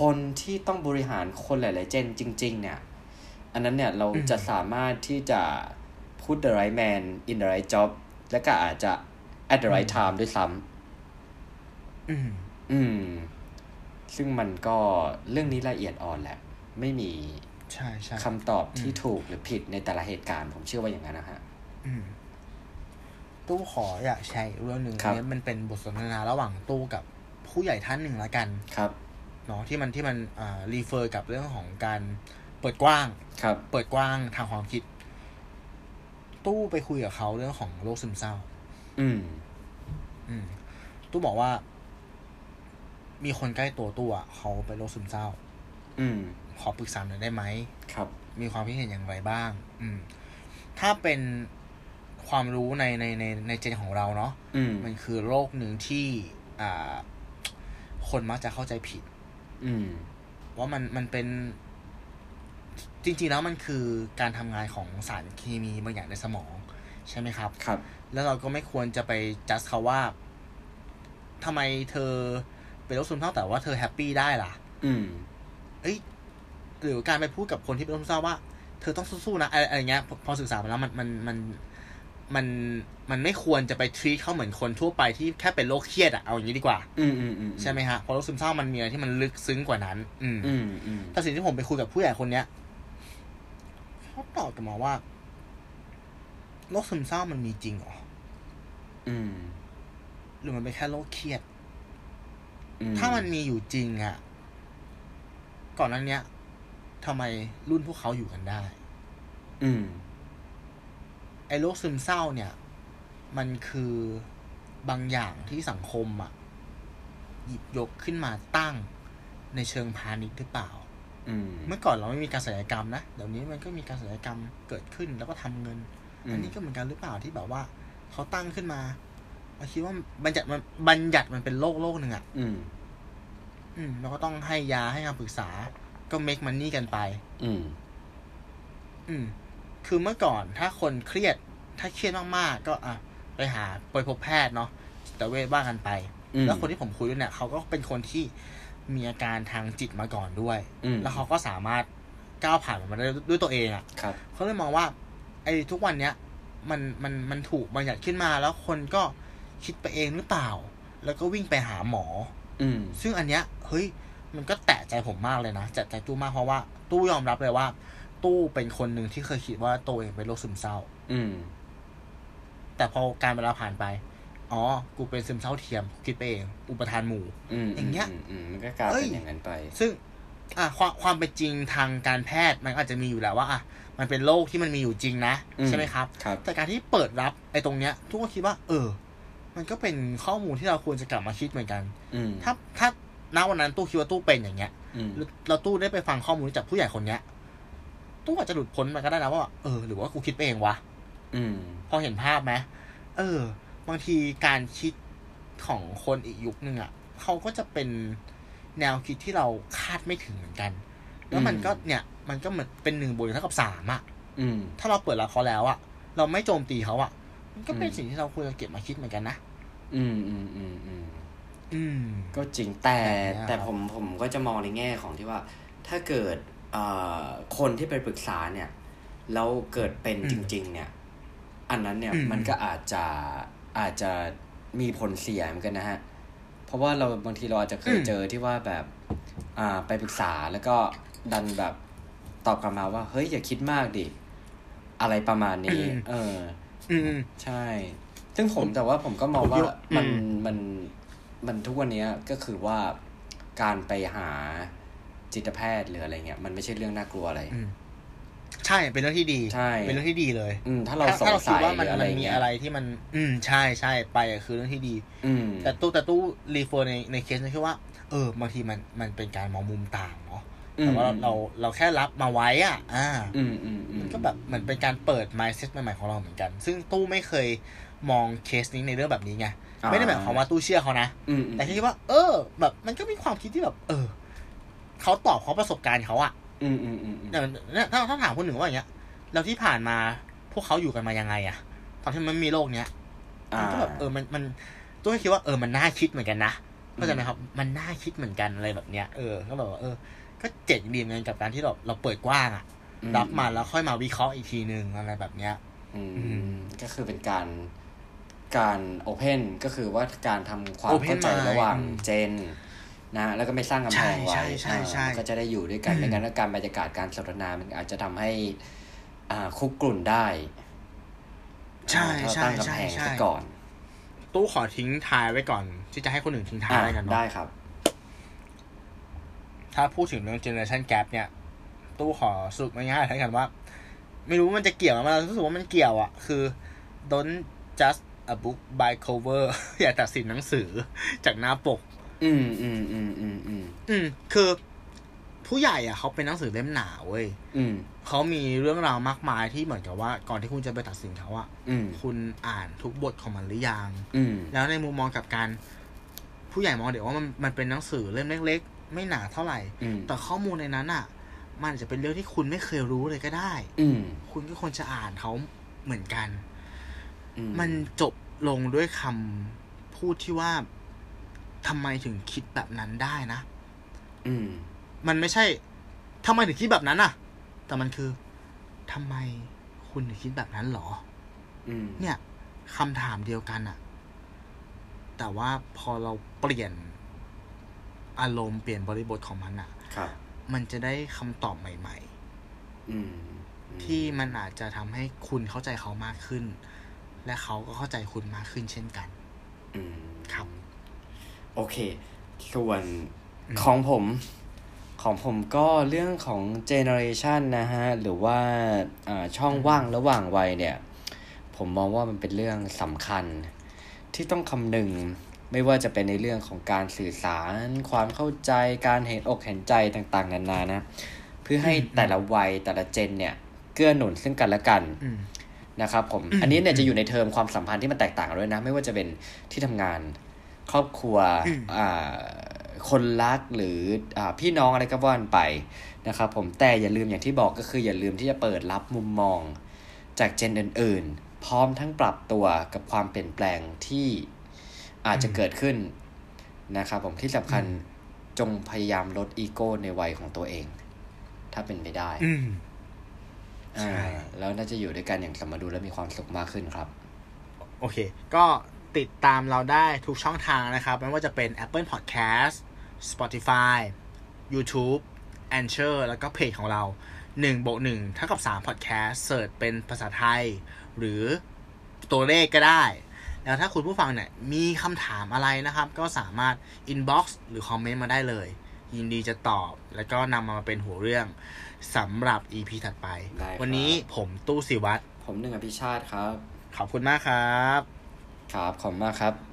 [SPEAKER 2] คนที่ต้องบริหารคนหลาย ๆ เจนจริง ๆ เนี่ย อันนั้นเนี่ยเราจะสามารถที่จะพูด the right man in the right job และก็อาจจะ at the right time ด้วยซ้ำ
[SPEAKER 1] อืม
[SPEAKER 2] อืม ซึ่งมันก็เรื่องนี้ละเอียดอ่อนแหละ ไม่มี
[SPEAKER 1] ใช่ใช่
[SPEAKER 2] คำตอบที่
[SPEAKER 1] อืม
[SPEAKER 2] ถูกหรือผิดในแต่ละเหตุการณ์ ผมเชื่อว่าอย่างนั้นนะฮะ
[SPEAKER 1] อืมตู้ขออยากแชร์อีกเรื่องหนึ่ง
[SPEAKER 2] ครับ
[SPEAKER 1] อันนี้มันเป็นบทสนทนาระหว่างตู้กับผู้ใหญ่ท่านหนึ่งละกัน
[SPEAKER 2] ครับ
[SPEAKER 1] เนาะที่มันที่มันอ่ารีเฟอร์กับเรื่องของการเปิดกว้าง
[SPEAKER 2] ครับ
[SPEAKER 1] เปิดกว้างทางความคิด ตู้ไปคุยกับเขาเรื่องของโรคซึมเศร้า
[SPEAKER 2] อืม
[SPEAKER 1] อืม ตู้บอกว่า มีคนใกล้ตัวตู้อะเขาเป็นโรคซึมเศร้า
[SPEAKER 2] อืม
[SPEAKER 1] ขอปรึกษาหน่อยได้ไหม
[SPEAKER 2] ครับ
[SPEAKER 1] มีความคิดเห็นอย่างไรบ้าง อืม ถ้าเป็นความรู้ในในในในเจนของเราเนาะ
[SPEAKER 2] อืม
[SPEAKER 1] มันคือโรคหนึ่งที่ อ่า คนมักจะเข้าใจผิด
[SPEAKER 2] อืม
[SPEAKER 1] ว่ามันมันเป็น จริง ๆ แล้วมันคือการทำงานของสารเคมีบางอย่างในสมอง ใช่ไหมครับ
[SPEAKER 2] ครับ
[SPEAKER 1] แล้วเราก็ไม่ควรจะไปจัดเขาว่าทำไมเธอ เป็นโรคซึมเศร้าแต่ว่าเธอแฮปปี้ได้ล่ะ
[SPEAKER 2] อืม
[SPEAKER 1] เอ้ยหรือการไปพูดกับคนที่เป็นโรคซึมเศร้าว่า เธอต้องสู้ๆนะอะไรอะไรเงี้ยพอพอศึกษามาแล้วมันมันมันมันมันไม่ควรจะไปทรีเขาเหมือนคนทั่วไปที่แค่เป็นโรคเครียดอะเอาอย่างนี้ดีกว่า
[SPEAKER 2] อืมอืมอืม
[SPEAKER 1] ใช่ไหมฮะเพราะโรคซึมเศร้ามันมีอะไรที่มันลึกซึ้งกว่านั้น อืม
[SPEAKER 2] อืมอืม
[SPEAKER 1] แต่สิ่งที่ผมไปคุยกับผู้ใหญ่คนเนี้ยเขาตอบกลับมาว่าโรคซึมเศร้ามันมีจริงเหรอ
[SPEAKER 2] อืม
[SPEAKER 1] หรือมันเป็นแค่โรคเครียด
[SPEAKER 2] อื
[SPEAKER 1] ถ้ามันมีอยู่จริงอะก่อนหนั้นเนี้ยทำไมรุ่นพวกเขาอยู่กันได้
[SPEAKER 2] อืม
[SPEAKER 1] ไอ้โรคซึมเศร้าเนี่ย มันคือบางอย่างที่สังคมอะ่ะ หยิบยกขึ้นมาตั้งในเชิงพาณิชย์หรือเปล่า
[SPEAKER 2] อืม
[SPEAKER 1] เมื่อก่อนเราไม่มีการศัลยกรรมนะเดี๋ยวนี้มันก็มีการศัลยกรรมเกิดขึ้นแล้วก็ทำเงิน อันนี้ก็เหมือนกันหรือเปล่าที่แบบว่าเขาตั้งขึ้นมาเราคิดว่าบัญญัติมันบัญญัติมันเป็นโรคโรคหนึ่งอะ่ะ
[SPEAKER 2] อืม
[SPEAKER 1] อืมแล้วก็ต้องให้ยาให้คำปรึกษา ก็เมคมันนี่กันไป
[SPEAKER 2] อืม
[SPEAKER 1] อืม คือเมื่อก่อนถ้าคนเครียด ถ้าเครียดมากๆ ก็อ่ะไปหาไปพบแพทย์เนาะจิตเวชว่ากันไป
[SPEAKER 2] อืม
[SPEAKER 1] แล้วคนที่ผมคุยด้วยเนี่ยเขาก็เป็นคนที่มีอาการทางจิตมาก่อนด้วย
[SPEAKER 2] อืม
[SPEAKER 1] แล้วเขาก็สามารถก้าวผ่านมันมาได้ด้วยตัวเองอะ่ะ
[SPEAKER 2] ครับ
[SPEAKER 1] เขาเลยมองว่า ไอ้ทุกวันเนี้ย มันมันมันถูกบัญญัติขึ้นมา แล้วคนก็คิดไปเองหรือเปล่า แล้วก็วิ่งไปหาหมอ
[SPEAKER 2] อืม
[SPEAKER 1] ซึ่งอันเนี้ยเฮ้ยมันก็แตะใจผมมากเลยนะแตะใจตู้มากเพราะว่า ตู้ยอมรับเลยว่า ตู้เป็นคนหนึ่งที่เคยคิดว่าตัวเองเป็นโรคซึมเศร้า
[SPEAKER 2] อืม
[SPEAKER 1] แต่พอการเวลาผ่านไป อ๋อ กูเป็นซึมเศร้าเทียมกูคิดไปเอง อุปทานหมู่
[SPEAKER 2] อืม
[SPEAKER 1] อย่างเงี้ย
[SPEAKER 2] มอืมมันก็กลาย
[SPEAKER 1] เอ้
[SPEAKER 2] เป็
[SPEAKER 1] ย
[SPEAKER 2] นอย่างนั้นไป
[SPEAKER 1] ซึ่งอ่ะความความเป็นจริงทางการแพทย์มันก็อาจจะมีอยู่แล้วว่าอ่ะมันเป็นโรคที่มันมีอยู่จริงนะ
[SPEAKER 2] อืม
[SPEAKER 1] ใช่ไหมครับ
[SPEAKER 2] ครับ
[SPEAKER 1] แต่การที่เปิดรับไอ้ตรงเนี้ยทุกคนคิดว่า เออ มันก็เป็นข้อมูลที่เราควรจะกลับมาคิดเหมือนกัน
[SPEAKER 2] อืม
[SPEAKER 1] ถ้าถ้าณวันนั้นตู้คิดว่าตู้เป็นอย่างเงี้ย
[SPEAKER 2] อืม
[SPEAKER 1] เราตู้ได้ไปฟังข้อมูลจากผู้ใหญ่คนเนี้ย ตู้อาจจะหลุดพ้นมันก็ได้นะว่าเออหรือว่ากูคิดไปเองวะ
[SPEAKER 2] อืม
[SPEAKER 1] พอเห็นภาพไหมเออ บางทีการคิดของคนอีกยุคหนึ่งอะ่ะเขาก็จะเป็นแนวคิดที่เราคาดไม่ถึงเหมือนกัน แล้วมันก็เนี่ย มันก็เหมือนเป็นหนึ่งบวกหนึ่งเท่ากับสามอ่ะ
[SPEAKER 2] อืม
[SPEAKER 1] ถ้าเราเปิดรับเขาแล้วอะ่ะ เราไม่โจมตีเขาอะ่ะ มันก็เป็น
[SPEAKER 2] อืม
[SPEAKER 1] สิ่งที่เราควรจะเก็บมาคิดเหมือนกันนะ
[SPEAKER 2] อืมอืมอืมอืม
[SPEAKER 1] อืม
[SPEAKER 2] ก็จริงแต่
[SPEAKER 1] แบบเนี้ย
[SPEAKER 2] แต่
[SPEAKER 1] ครับ
[SPEAKER 2] ผมผมก็จะมองในแง่ของที่ว่า ถ้าเกิดเอ่อคนที่ไปปรึกษาเนี่ยแล้วเกิดเป็น
[SPEAKER 1] อืม
[SPEAKER 2] จริง ๆ เนี่ย อันนั้นเนี่ย
[SPEAKER 1] อืม
[SPEAKER 2] มันก็อาจจะอาจจะมีผลเสียเหมือนกันนะฮะ เพราะว่าเราบางทีเราอาจจะเคยเจอที่ว่าแบบอ่าไปปรึกษาแล้วก็ดันแบบตอบกลับมาว่า เฮ้ยอย่าคิดมากดิ อะไรประมาณนี้ เออ
[SPEAKER 1] อืม
[SPEAKER 2] ใช่ ซึ่งผมแต่ว่าผมก็มองว่า
[SPEAKER 1] อืม
[SPEAKER 2] มันมันมันทุกวันเนี้ยก็คือว่าการไปหาจิตแพทย์หรืออะไรเงี้ยมันไม่ใช่เรื่องน่ากลัวอะไร
[SPEAKER 1] อืมใช่เป็นเรื่องที่ดี
[SPEAKER 2] ใช่
[SPEAKER 1] เป็นเรื่องที่ดีเลย
[SPEAKER 2] อืมถ้าเราส
[SPEAKER 1] ถ้างเราคิด
[SPEAKER 2] สัย
[SPEAKER 1] ว่า
[SPEAKER 2] ห
[SPEAKER 1] มัน
[SPEAKER 2] รืออะไร
[SPEAKER 1] มันมี
[SPEAKER 2] เงี้ย
[SPEAKER 1] อะไรที่มัน อืม ใช่ใช่ไปอะคือเรื่องที่ดี
[SPEAKER 2] อืม
[SPEAKER 1] แต่ตู้แต่ตู้รีเฟอร์ในในเคสนี้คือว่า เออบางทีมันมันเป็นการมองมุมต่างเนาะแต่ว่าเราเราเราแค่รับมาไว้อ่ะ อ่า
[SPEAKER 2] อืมอืมอืม
[SPEAKER 1] มันก็แบบเหมือนเป็นการเปิด mindset ใหม่ๆของเราเหมือนกัน ซึ่งตู้ไม่เคยมองเคสนี้ในเรื่องแบบนี้ไง ไม่ได้หมายความว่าตู้เชื่อเขานะ
[SPEAKER 2] อืมอืม
[SPEAKER 1] แต่แค่คิดว่า เออ แบบมันก็มีความคิดที่แบบ เออ เขาตอบเขาประสบการณ์เขาอะ
[SPEAKER 2] อืมอืมอืมอืม
[SPEAKER 1] อย่างเนี่ยถ้าถ้าถามคนหนึ่งว่าอย่างเงี้ย แล้วที่ผ่านมาพวกเขาอยู่กันมายังไงอะตอนที่มันมีโรคเนี้ย
[SPEAKER 2] อ่า
[SPEAKER 1] มันก็แบบเออมันมันตัวคิดว่าเออมันน่าคิดเหมือนกันนะเข้าใจไหมครับ มันน่าคิดเหมือนกันอะไรแบบเนี้ยเออก็แบบว่าเออ ก็เจ๋งดีเหมือนกันกับการที่เราเราเปิดกว้างอะ
[SPEAKER 2] อืม
[SPEAKER 1] รับมาแล้วค่อยมาวิเคราะห์อีกทีนึงอะไรแบบเนี้ย
[SPEAKER 2] อื
[SPEAKER 1] อื
[SPEAKER 2] ม
[SPEAKER 1] ม
[SPEAKER 2] ก็คือเป็นการการโอเพนก็คือว่าการทำความ
[SPEAKER 1] Open
[SPEAKER 2] เข้าใจ
[SPEAKER 1] mind
[SPEAKER 2] ระหว่าง
[SPEAKER 1] อืม
[SPEAKER 2] เจนนะแล้วก็ไม่สร้างกำแพง
[SPEAKER 1] ใช่
[SPEAKER 2] ไว้
[SPEAKER 1] ใช่
[SPEAKER 2] อ่า
[SPEAKER 1] ใช่
[SPEAKER 2] มันก็จะได้อยู่ด้วยกัน
[SPEAKER 1] อืม
[SPEAKER 2] ไม่งั้นแล้วการบรรยากาศการสนทนามันอาจจะทำให้อ่าคุกกลุ่นได้
[SPEAKER 1] ใช่
[SPEAKER 2] ถ้าเรา
[SPEAKER 1] ใช่
[SPEAKER 2] ตั้งกำ
[SPEAKER 1] ใช่
[SPEAKER 2] แพง
[SPEAKER 1] ใช่
[SPEAKER 2] ซะก่อน
[SPEAKER 1] ตู้ขอทิ้งท้ายไว้ก่อนที่จะให้คนอื่นทิ้งท้าย
[SPEAKER 2] อ่า
[SPEAKER 1] แล้วกัน
[SPEAKER 2] ได้
[SPEAKER 1] เนาะ
[SPEAKER 2] ครับ
[SPEAKER 1] ถ้าพูดถึงเรื่อง generation gap เนี่ย ตู้ขอสรุปง่ายๆแล้วกันว่า ไม่รู้ว่ามันจะเกี่ยวไหมเรารู้สึกว่ามันเกี่ยวอะคือ don't just a book by cover อย่าตัดสินหนังสือจากหน้าปก
[SPEAKER 2] อืมอืมอืมอืมอืม
[SPEAKER 1] อืมคือผู้ใหญ่อ่ะเขาเป็นหนังสือเล่มหนาเว้ย
[SPEAKER 2] อืม
[SPEAKER 1] เขามีเรื่องราวมากมายที่เหมือนกับว่า ก่อนที่คุณจะไปตัดสินเขาอ่ะ
[SPEAKER 2] อืม
[SPEAKER 1] คุณอ่านทุกบทของมันหรือยัง
[SPEAKER 2] อืม
[SPEAKER 1] แล้วในมุมมองกลับการ ผู้ใหญ่มองเดี๋ยวว่ามันมันเป็นหนังสือเล่มเล็ก ๆ ไม่หนาเท่าไหร่
[SPEAKER 2] อืม
[SPEAKER 1] แต่ข้อมูลในนั้นอ่ะ มันอาจจะเป็นเรื่องที่คุณไม่เคยรู้เลยก็ได้
[SPEAKER 2] อืม
[SPEAKER 1] คุณก็ควรจะอ่านเขาเหมือนกัน
[SPEAKER 2] อื
[SPEAKER 1] มันจบลงด้วยคำพูดที่ว่า ทำไมถึงคิดแบบนั้นได้นะ
[SPEAKER 2] อืม
[SPEAKER 1] มันไม่ใช่ทำไมถึงคิดแบบนั้นอะแต่มันคือทำไมคุณถึงคิดแบบนั้นหรอ
[SPEAKER 2] อืม
[SPEAKER 1] เนี่ยคำถามเดียวกันอะแต่ว่าพอเราเปลี่ยนอารมณ์เปลี่ยนบริบทของมันอะ
[SPEAKER 2] ครับ
[SPEAKER 1] มันจะได้คำตอบใหม่
[SPEAKER 2] อืม
[SPEAKER 1] ๆ ที่มันอาจจะทำให้คุณเข้าใจเขามากขึ้น และเขาก็เข้าใจคุณมากขึ้นเช่นกัน
[SPEAKER 2] อืม
[SPEAKER 1] ครับ
[SPEAKER 2] โอเค ส่วนของผม ของผมก็เรื่องของเจเนอเรชันนะฮะ หรือว่าอ่าช่องว่างระหว่างวัยเนี่ย ผมมองว่ามันเป็นเรื่องสำคัญ ที่ต้องคำนึงไม่ว่าจะเป็นในเรื่องของการสื่อสาร ความเข้าใจการเห็นอกเห็นใจต่างๆ นานานะ เพื่อให้แต่ละวัยแต่ละเจนเนี่ย เกื้อหนุนซึ่งกันและกัน
[SPEAKER 1] อืม
[SPEAKER 2] นะครับผม อันนี้เนี่ยจะอยู่ในเทอมความสัมพันธ์ที่มันแตกต่างกันด้วยนะ ไม่ว่าจะเป็นที่ทำงานครอบครัวอ่าคนรักหรืออ่าพี่น้องอะไรก็ว่านไปนะครับผมแต่อย่าลืมอย่างที่บอกก็คืออย่าลืมที่จะเปิดรับมุมมอง จากเจนอื่นๆ พร้อมทั้งปรับตัวกับความเปลี่ยนแปลงที่อาจจะเกิดขึ้นนะครับผมที่สำคัญจงพยายามลดอีโก้ในวัยของตัวเอง ถ้าเป็นไปได้
[SPEAKER 1] อืม
[SPEAKER 2] อ่า
[SPEAKER 1] ใช่
[SPEAKER 2] แล้วน่าจะอยู่ด้วยกันอย่างสมดุลและมีความสุขมากขึ้นครับ
[SPEAKER 1] โอเค ก็ติดตามเราได้ทุกช่องทางนะครับ ไม่ว่าจะเป็น Apple Podcast Spotify YouTube a n c h o r แล้วก็เพจของเรา1บวก1เท่ากับ 3 Podcast เสิร์ชเป็นภาษาไทย หรือตัวเลขก็ได้ แล้วถ้าคุณผู้ฟังเนี่ย มีคำถามอะไรนะครับ ก็สามารถ Inbox หรือคอมเมนต์มาได้เลย ยินดีจะตอบ แล้วก็นำมาเป็นหัวเรื่องสำหรับ EP ถัดไป
[SPEAKER 2] ได้ครับ
[SPEAKER 1] วันนี้ผมตู้สิวัตร
[SPEAKER 2] ผมหนึ่งอภิชาติครับ
[SPEAKER 1] ขอบคุณมากครับ
[SPEAKER 2] ครับ ขอบคุณมากครับ